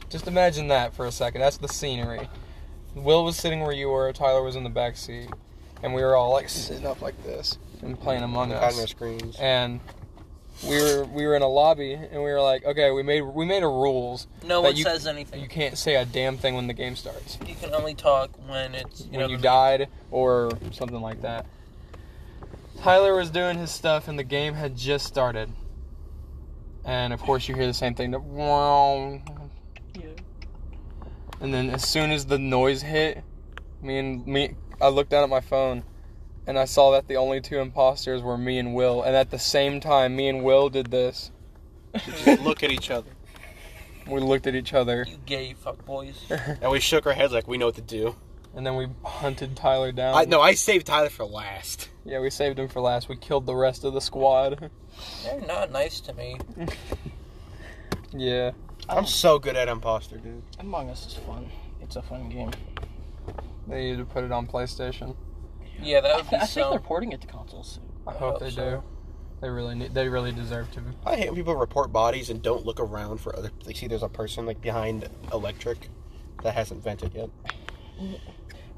S1: Just imagine that for a second. That's the scenery. Will was sitting where you were. Tyler was in the back seat, and we were all like sitting up like this and playing Among
S5: Hiding their
S1: Us.
S5: screens.
S1: And we were we were in a lobby, and we were like, okay, we made we made a rules.
S6: no
S1: that
S6: one
S1: you-
S6: says anything.
S1: You can't say a damn thing when the game starts.
S6: You can only talk when it's you
S1: when
S6: know
S1: you
S6: the-
S1: died or something like that. Tyler was doing his stuff and the game had just started. And of course you hear the same thing. the wow. And then as soon as the noise hit, me and me I looked down at my phone and I saw that the only two imposters were me and Will. And at the same time me and Will did this.
S5: Just look at each other.
S1: We looked at each other
S6: You gay fuck boys.
S5: And we shook our heads like we know what to do.
S1: and then we hunted Tyler down.
S5: I, no, I saved Tyler for last.
S1: Yeah, we saved him for last. We killed the rest of the squad.
S6: They're not nice to me.
S1: yeah.
S5: I'm so good at imposter, dude.
S4: Among Us is fun. It's a fun game.
S1: They need to put it on PlayStation.
S6: Yeah, that would
S4: I
S6: be
S4: think
S6: so.
S4: they're porting it to consoles.
S1: I hope they do.
S6: so.
S1: They really need. They really deserve to.
S5: I hate when people report bodies and don't look around for other. They see there's a person like behind electric that hasn't vented yet.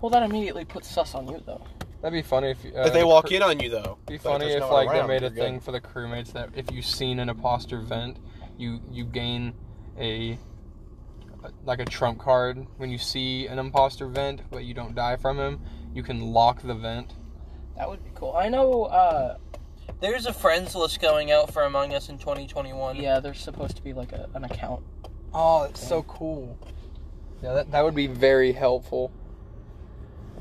S4: Well, that immediately puts sus on you, though.
S1: That'd be funny if. Uh,
S5: But they walk in on you though.
S1: It'd be
S5: But
S1: funny
S5: there's
S1: if
S5: no one
S1: like they
S5: around,
S1: made a
S5: you're good.
S1: thing for the crewmates that if you've seen an imposter vent, you you gain a like a trump card when you see an imposter vent, but you don't die from him. You can lock the vent.
S4: That would be cool. I know. uh
S6: There's a friends list going out for Among Us in 2021.
S4: Yeah, there's supposed to be like a, an account.
S1: Oh, it's so cool. Yeah, that, that would be very helpful.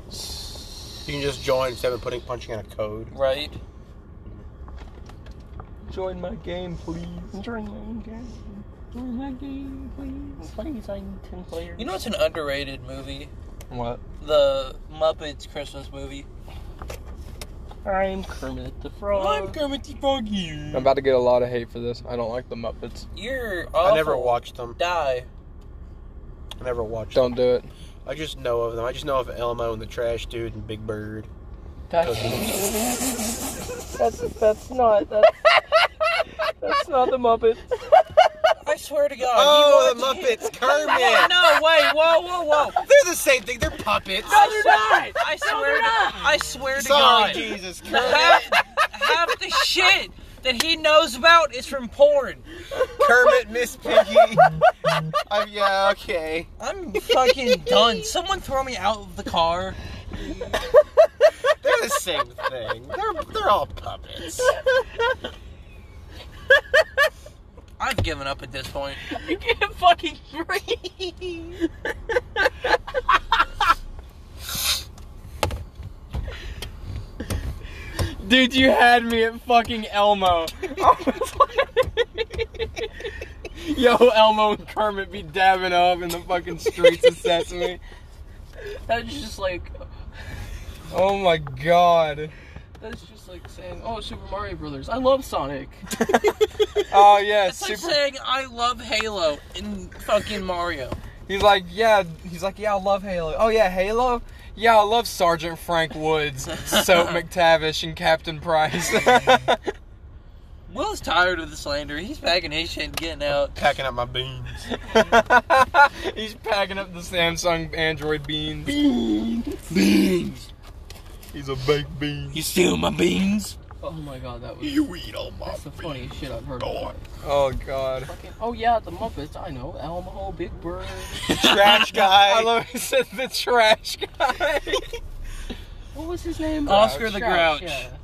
S5: You can just join instead of putting punching in a code.
S6: Right.
S1: Join my game, please.
S2: Join my game. Join my game, please. Please, I need 10 players.
S6: You know it's an underrated movie?
S1: What?
S6: The Muppets Christmas movie.
S2: I'm Kermit the Frog.
S6: I'm Kermit the Frog.
S1: I'm about to get a lot of hate for this. I don't like the Muppets.
S6: You're awful.
S5: I never watched them.
S6: Die.
S5: I never watched
S1: Don't do it.
S5: them. I just know of them. I just know of Elmo and the Trash Dude and Big Bird.
S2: That's, that's not. That's, that's not the Muppet.
S6: I swear to God.
S5: Oh,
S6: you
S5: the
S6: watch-
S5: Muppets,
S6: Wait,
S5: Kermit.
S6: no, wait, whoa, whoa, whoa.
S5: They're the same thing. They're puppets.
S6: I swear, I swear, to, I swear to
S5: Sorry,
S6: God,
S5: Jesus.
S6: half, half the shit that he knows about is from porn.
S5: Kermit, Miss Piggy. i yeah, okay.
S6: I'm fucking done. Someone throw me out of the car.
S5: They're the same thing. They're they're all puppets.
S6: I've given up at this point.
S4: I can't fucking breathe.
S8: Dude, you had me at fucking Elmo. Yo, Elmo and Kermit be dabbing up in the fucking streets of Sesame.
S4: That's just like
S1: Oh my god.
S4: that's just like saying, "Oh, Super Mario Brothers. I love Sonic."
S1: Oh yeah,
S6: It's like
S1: super.
S6: saying I love Halo in fucking Mario.
S1: he's like, yeah. He's like, yeah. I love Halo. Oh yeah, Halo. Yeah, I love Sergeant Frank Woods, Soap McTavish, and Captain Price.
S6: Will's tired of the slander. He's packing his shit and getting out.
S5: Packing up my beans.
S6: Oh,
S1: he's packing up the Samsung Android beans.
S6: Beans.
S5: He's a baked bean.
S6: You steal my beans?
S4: Oh my god, that was
S5: You eat all my
S4: that's the funniest shit I've heard.
S1: Oh god.
S4: Fucking- Oh yeah, the Muppets. I know Elmo, Big Bird.
S5: Trash guy.
S1: I love he said the trash guy.
S4: What was his name?
S6: Oscar the Grouch.
S4: yeah.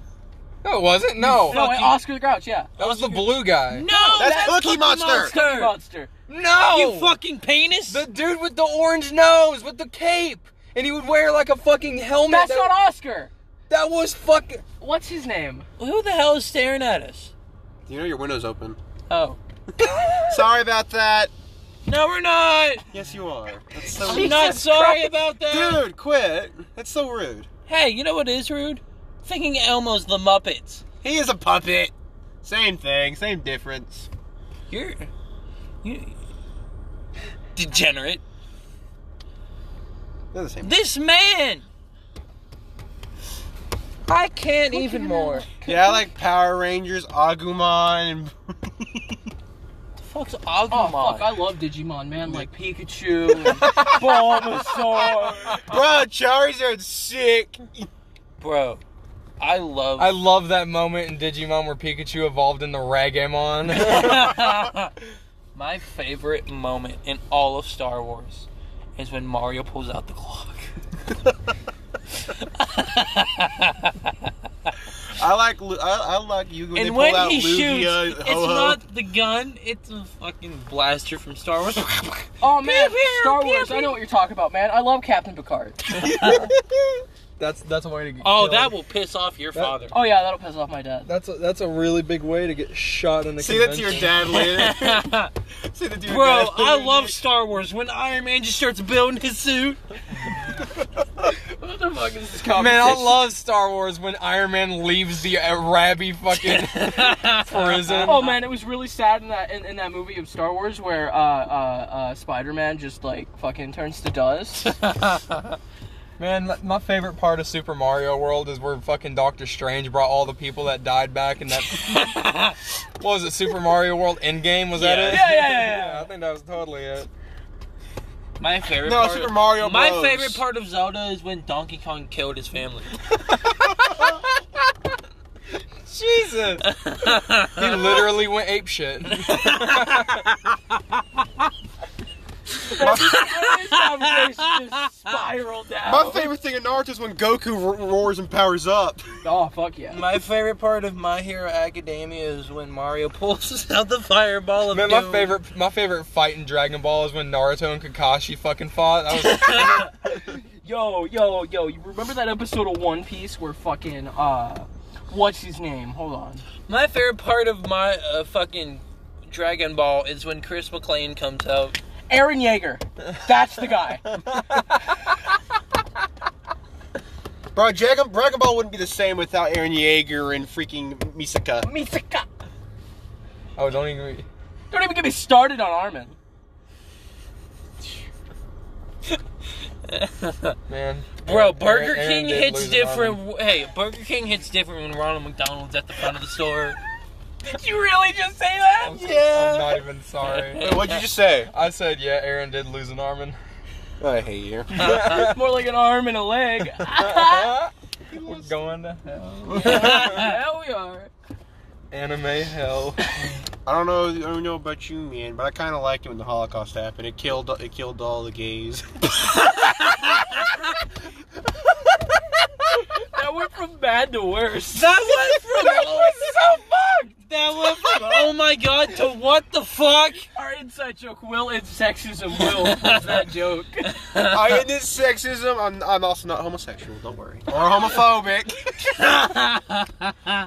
S1: No, it wasn't. No,
S4: No, wait,
S6: Fucking-
S4: Oscar the Grouch. Yeah.
S1: that was the blue guy.
S6: No,
S5: That's Cookie Monster.
S4: Monster. Monster.
S1: No,
S6: You fucking penis.
S1: The dude with the orange nose with the cape, and he would wear like a fucking helmet.
S4: That's
S1: that,
S4: not Oscar.
S1: that was fucking.
S4: What's his name?
S6: Who the hell is staring at us?
S5: You know your window's open.
S4: Oh.
S5: Sorry about that.
S6: No, we're not.
S5: Yes, you are. That's so
S6: I'm not sorry about that.
S5: Dude, quit. That's so rude.
S6: Hey, you know what is rude? Thinking Elmo's the Muppets.
S5: He is a puppet. Same thing, same difference.
S6: You're, you, degenerate.
S5: They're the same.
S6: This man. I can't even more.
S5: Yeah, I like Power Rangers, Agumon, and
S6: Fuck's
S4: Oh
S6: Agumon.
S4: fuck, I love Digimon, man. Like Pikachu, and Bulbasaur.
S5: bro, Charizard's sick.
S6: Bro, I love.
S1: I love that moment in Digimon where Pikachu evolved into Ragamon.
S6: My favorite moment in all of Star Wars is when Mario pulls out the clock.
S5: I like Lu- I, I like you when
S6: and
S5: they
S6: when
S5: pull out
S6: he
S5: Lugia,
S6: shoots, it's
S5: Ho-Ho.
S6: not the gun, it's a fucking blaster from Star Wars.
S4: Oh man,
S6: Pew, pew,
S4: Star
S6: pew,
S4: Wars. I know what you're talking about, man. I love Captain Picard.
S1: that's that's a way to get.
S6: oh,
S1: killed.
S6: that will piss off your father.
S4: Oh yeah, that'll piss off my dad.
S1: That's a, that's a really big way to get shot in the.
S5: See that to your dad later. See that to your
S6: Bro,
S5: dad
S6: I
S5: later.
S6: love Star Wars. When Iron Man just starts building his suit,
S4: What the fuck is this
S1: Man, I love Star Wars when Iron Man leaves the uh, rabby fucking prison.
S4: Oh man, it was really sad in that in, in that movie of Star Wars where uh, uh, uh, Spider-Man just like fucking turns to dust.
S1: Man, my, my favorite part of Super Mario World is where fucking Doctor Strange brought all the people that died back in that. what was it, Super Mario World Endgame? Was that it?
S4: Yeah, yeah, yeah, yeah.
S1: I think that was totally it.
S6: my favorite.
S5: No,
S6: part
S5: Super Mario Bros.
S6: My favorite part of Zelda is when Donkey Kong killed his family.
S1: Jesus! he literally went ape shit.
S4: this conversation just spiraled down.
S5: My favorite thing in Naruto is when Goku ro- roars and powers up.
S4: oh fuck yeah.
S6: My favorite part of My Hero Academia is when Mario pulls out the fireball of
S1: Man, my
S6: doom.
S1: favorite my favorite fight in Dragon Ball is when Naruto and Kakashi fucking fought. That was
S4: Yo, yo, yo. You remember that episode of One Piece where fucking uh, what's his name? Hold on.
S6: My favorite part of my uh, fucking Dragon Ball is when Chris McLean comes out.
S4: Aaron Yeager. That's the guy.
S5: Bro, Dragon, Dragon Ball wouldn't be the same without Aaron Yeager and freaking Misaka.
S4: Misaka.
S1: Oh, don't even.
S4: Don't even get me started on Armin.
S1: Man.
S6: Bro, Burger
S1: Aaron
S6: King
S1: did
S6: hits
S1: lose an
S6: different. Hey, Burger King hits different when Ronald McDonald's at the front of the store.
S4: Did you really just say that?
S1: I'm, so- I'm not even sorry.
S5: Wait, what'd you just say?
S1: I said, yeah, Aaron did lose an arm. And
S5: I hate you.
S4: It's more like an arm and a leg.
S1: we're going to hell.
S4: Hell we are.
S1: Anime hell.
S5: I don't know. I don't know about you, man, but I kind of liked it when the Holocaust happened. It killed. It killed all the gays.
S4: That went from bad to worse.
S6: That went from that was so fucked. That went from oh my god to what the fuck.
S4: Our inside joke, Will is sexism. Will was that joke.
S5: I end this sexism. I'm. I'm also not homosexual. Don't worry. Or homophobic.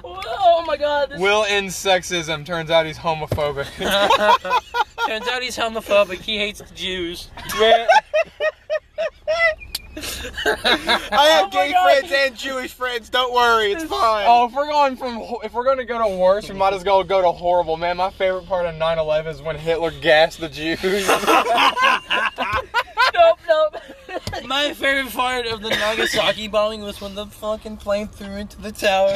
S4: Oh my god. This
S1: Will in sexism. Turns out he's homophobic.
S6: Turns out he's homophobic. He hates the Jews.
S1: Man,
S5: I
S6: Oh
S5: have gay
S4: God.
S5: friends and Jewish friends. Don't worry. It's fine.
S1: oh, if we're going from ho- if we're gonna go to worse, we might as well go to horrible. Man, my favorite part of 9/11 is when Hitler gassed the Jews.
S4: nope, nope.
S6: My favorite part of the Nagasaki bombing was when the fucking plane threw into the tower.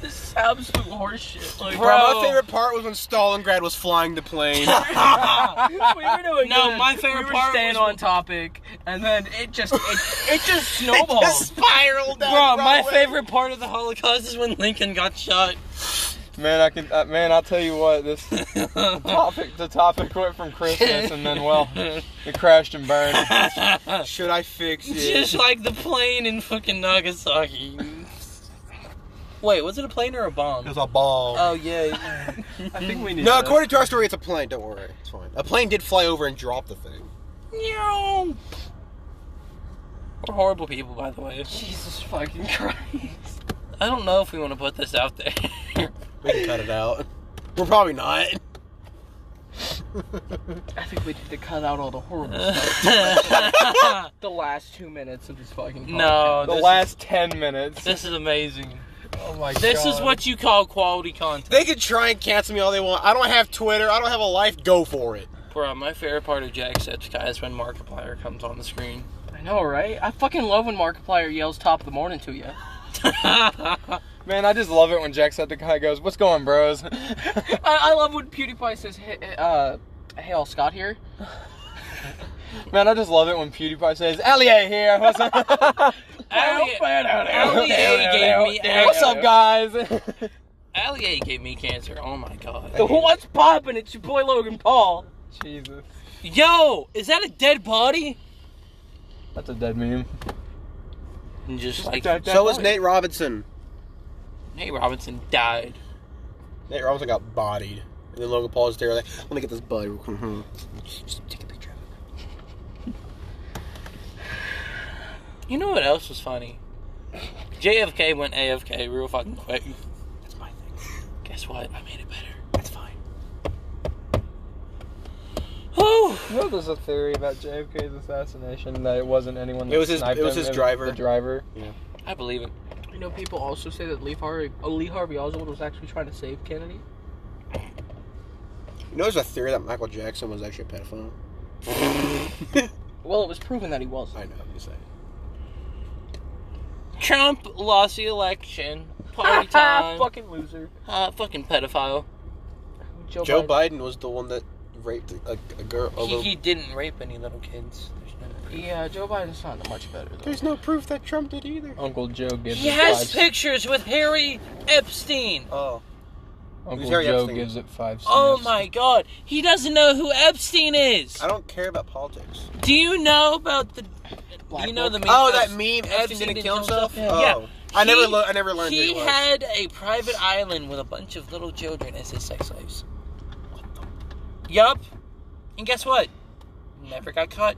S4: This is absolute horseshit. Like,
S5: Bro, my favorite part was when Stalingrad was flying the
S4: we
S5: plane.
S4: were doing
S6: No,
S4: good.
S6: my favorite
S4: we were
S6: part
S4: staying
S6: was-
S4: on topic, and then it just it, it just snowballed.
S5: spiraled down.
S6: Bro, my
S5: Broadway.
S6: favorite part of the Holocaust is when Lincoln got shot.
S1: man, I can. Uh, man, I'll tell you what. This topic the topic went from Christmas and then well, it crashed and burned.
S5: Should I fix it?
S6: Just like the plane in fucking Nagasaki. Wait, was it a plane or a bomb?
S5: It was a bomb.
S6: Oh yeah.
S1: I think we need.
S5: no, according to our story, it's a plane. Don't worry. It's fine. A plane did fly over and drop the thing.
S6: Meow. We're horrible people, by the way.
S4: Jesus fucking Christ!
S6: I don't know if we want to put this out there.
S5: We can cut it out. We're probably not.
S4: I think we need to cut out all the horrible stuff. The last two minutes of this fucking.
S6: no,
S1: the
S6: this
S1: last ten minutes.
S6: Is, this is amazing.
S1: Oh my
S6: This is what you call quality content,
S5: They can try and cancel me all they want. I don't have Twitter. I don't have a life. Go for it.
S6: bro. My favorite part of Jacksepticeye is when Markiplier comes on the screen.
S4: podcast. I know, right? I fucking love when Markiplier yells "Top of the morning" to you.
S1: man. I just love it when Jacksepticeye goes, "What's going, bros?"
S4: I, I love when PewDiePie says, "Hey, uh, hey, all Scott here."
S1: man, I just love it when PewDiePie says, "Allie here." What's up?
S6: Allie
S1: Allie
S6: gave me.
S1: What's up, guys?
S6: Allie gave me cancer. Oh my god.
S4: What's poppin'? It's your boy Logan Paul.
S1: Jesus,
S6: Yo, is that a dead body?
S1: that's a dead meme.
S6: And just like
S1: Dead- dead
S5: So was
S1: body.
S5: Nate Robinson.
S6: Nate Robinson died.
S5: Nate Robinson got bodied. And then Logan Paul's there like, let me get this body real quick.
S6: You know what else was funny? JFK went AFK real fucking quick.
S5: That's my thing.
S6: Guess what? I made it better.
S5: That's fine.
S6: Whew.
S1: You know, there's a theory about JFK's assassination that it wasn't anyone. That
S5: It was his-
S1: sniped
S5: it was
S1: him,
S5: his
S1: the
S5: driver.
S1: driver.
S6: I believe it.
S4: You know, people also say that Lee Harvey, uh, Lee Harvey Oswald was actually trying to save Kennedy.
S5: You know, there's a theory that Michael Jackson was actually a pedophile.
S4: Well, it was proven that he wasn't.
S5: I know, you say.
S6: Trump lost the election. Party time.
S4: Fucking loser.
S6: Uh, fucking pedophile.
S4: Joe,
S5: Joe
S4: Biden.
S5: Biden was the one that raped a, a girl. A
S6: He,
S5: little...
S6: he didn't rape any little kids. There's no proof.
S4: Yeah, Joe Biden's not much better though.
S5: no proof that Trump did either.
S1: Uncle Joe gives.
S6: He
S1: it
S6: has
S1: five,
S6: pictures with Harry Epstein.
S5: Oh.
S1: Uncle
S5: Who's Harry
S1: Joe
S5: Epstein?
S1: gives it five.
S6: Oh
S1: stars.
S6: my god. He doesn't know who Epstein is.
S5: I don't care about politics.
S6: Do you know about the.
S4: Black
S6: you know
S4: book?
S6: the meme
S5: Oh, that
S6: post-
S5: meme.
S6: Epstein
S5: Epstein didn't
S6: didn't
S5: kill
S6: kill
S5: himself.
S6: himself?
S5: Oh. I never,
S6: He-
S5: lo- I never learned. who
S6: He
S5: was.
S6: had a private island with a bunch of little children as his sex slaves. Yup. And guess what? Never got caught.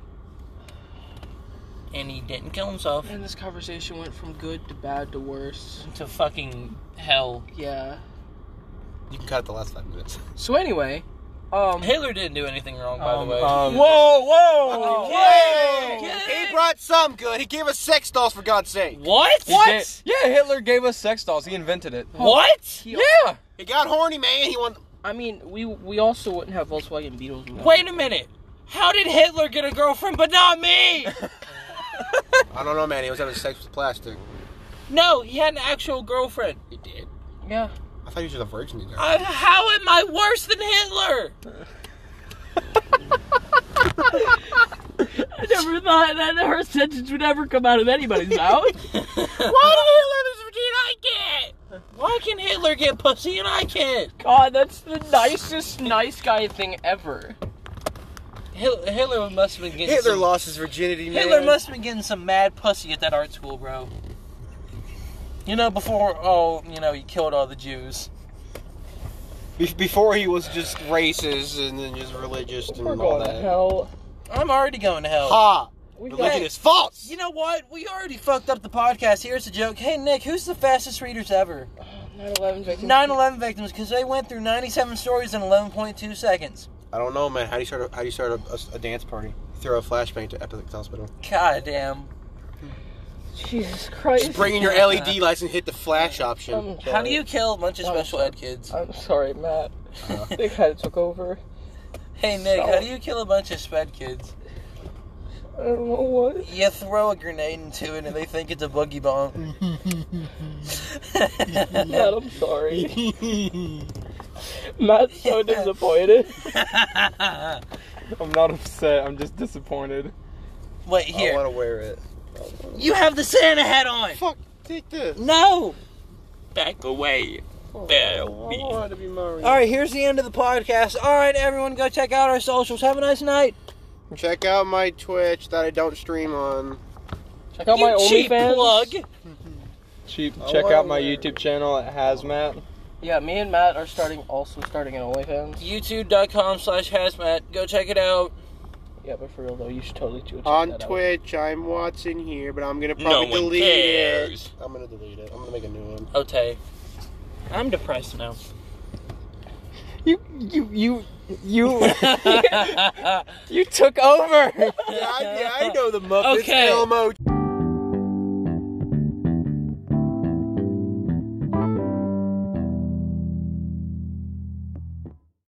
S6: and he didn't kill himself
S4: And this conversation went from good to bad to worse.
S6: to fucking hell.
S4: Yeah.
S5: You can cut the last five minutes.
S4: So anyway, um.
S6: Hitler didn't do anything wrong, by
S5: Um,
S6: the way.
S5: uh,
S1: whoa, whoa!
S5: He brought some good. He gave us sex dolls for God's sake.
S6: what?
S1: He ga- yeah, Hitler gave us sex dolls. He invented it.
S6: What?
S4: he-
S1: Yeah.
S5: He got horny, man. He won.
S4: I mean, we we also wouldn't have Volkswagen Beetles. without-
S6: Wait a minute. How did Hitler get a girlfriend but not me?
S5: I don't know, man. He was having sex with plastic.
S6: no, he had an actual girlfriend.
S5: He did.
S4: Yeah.
S5: I thought he was just a virgin. You know.
S6: Uh, how am I worse than Hitler?
S9: I never thought that her sentence would ever come out of anybody's mouth.
S6: Why did Hitler get virgin? I can't. Why can Hitler get pussy and I can't?
S4: God, that's the nicest nice guy thing ever.
S6: Hit- Hitler must have been getting some-
S5: lost his virginity,
S6: Hitler must have been getting some mad pussy at that art school, bro. You know, before oh, you know, he killed all the Jews.
S5: Be- Before he was just racist and then just religious and
S4: We're
S5: all
S4: going to
S5: that.
S4: hell.
S6: I'm already going to hell.
S5: Ha!
S4: We
S5: Religion
S4: got-
S5: is false.
S6: You know what? We already fucked up the podcast. Here's a joke. Hey, Nick, who's the fastest readers ever?
S4: 9/11 victims.
S6: 9 11 victims, because they went through 97 stories in 11.2 seconds.
S5: I don't know, man. How do you start? A, how do you start a, a- a dance party? Throw a flashbang to Epic Hospital.
S6: God damn.
S4: Jesus Christ. Um,
S5: Just bring in your LED lights and hit the flash option.
S4: I'm
S6: How do
S4: sorry.
S6: you kill a bunch of
S4: That was
S6: special ed kids?
S4: I'm sorry, Matt. they kind of took over.
S6: Hey, Nick, how do you kill a bunch of sped kids?
S4: I don't know what.
S6: You throw a grenade into it and they think it's a boogie bomb.
S4: Matt, I'm sorry. Matt's so disappointed.
S1: I'm not upset. I'm just disappointed.
S6: Wait,
S5: I want
S6: here.
S5: to wear it.
S6: You have the Santa hat on!
S5: Fuck! Take this.
S6: No!
S4: Back away.
S5: I want to be Mario.
S6: Alright, here's the end of the podcast. Alright, everyone, go check out our socials. Have a nice night.
S5: Check out my Twitch that I don't stream on.
S4: Check out my
S6: you cheap
S4: OnlyFans.
S6: plug!
S1: Cheap.
S5: I
S1: Check
S5: wanna
S1: out my
S5: wear it.
S1: YouTube channel at Hazmat.
S4: Yeah, me and Matt are starting also starting an OnlyFans.
S6: YouTube.com slash hazmat. Go check it out.
S4: Yeah, but for real though, you should totally do it.
S5: On Twitch, I'm Watson here, but I'm gonna probably delete it. I'm gonna delete it. I'm gonna make a new one.
S6: Okay. I'm depressed now.
S1: You, you, you, you, you took over.
S5: yeah, I, yeah, I know the Muppets.
S6: Okay.
S5: Elmo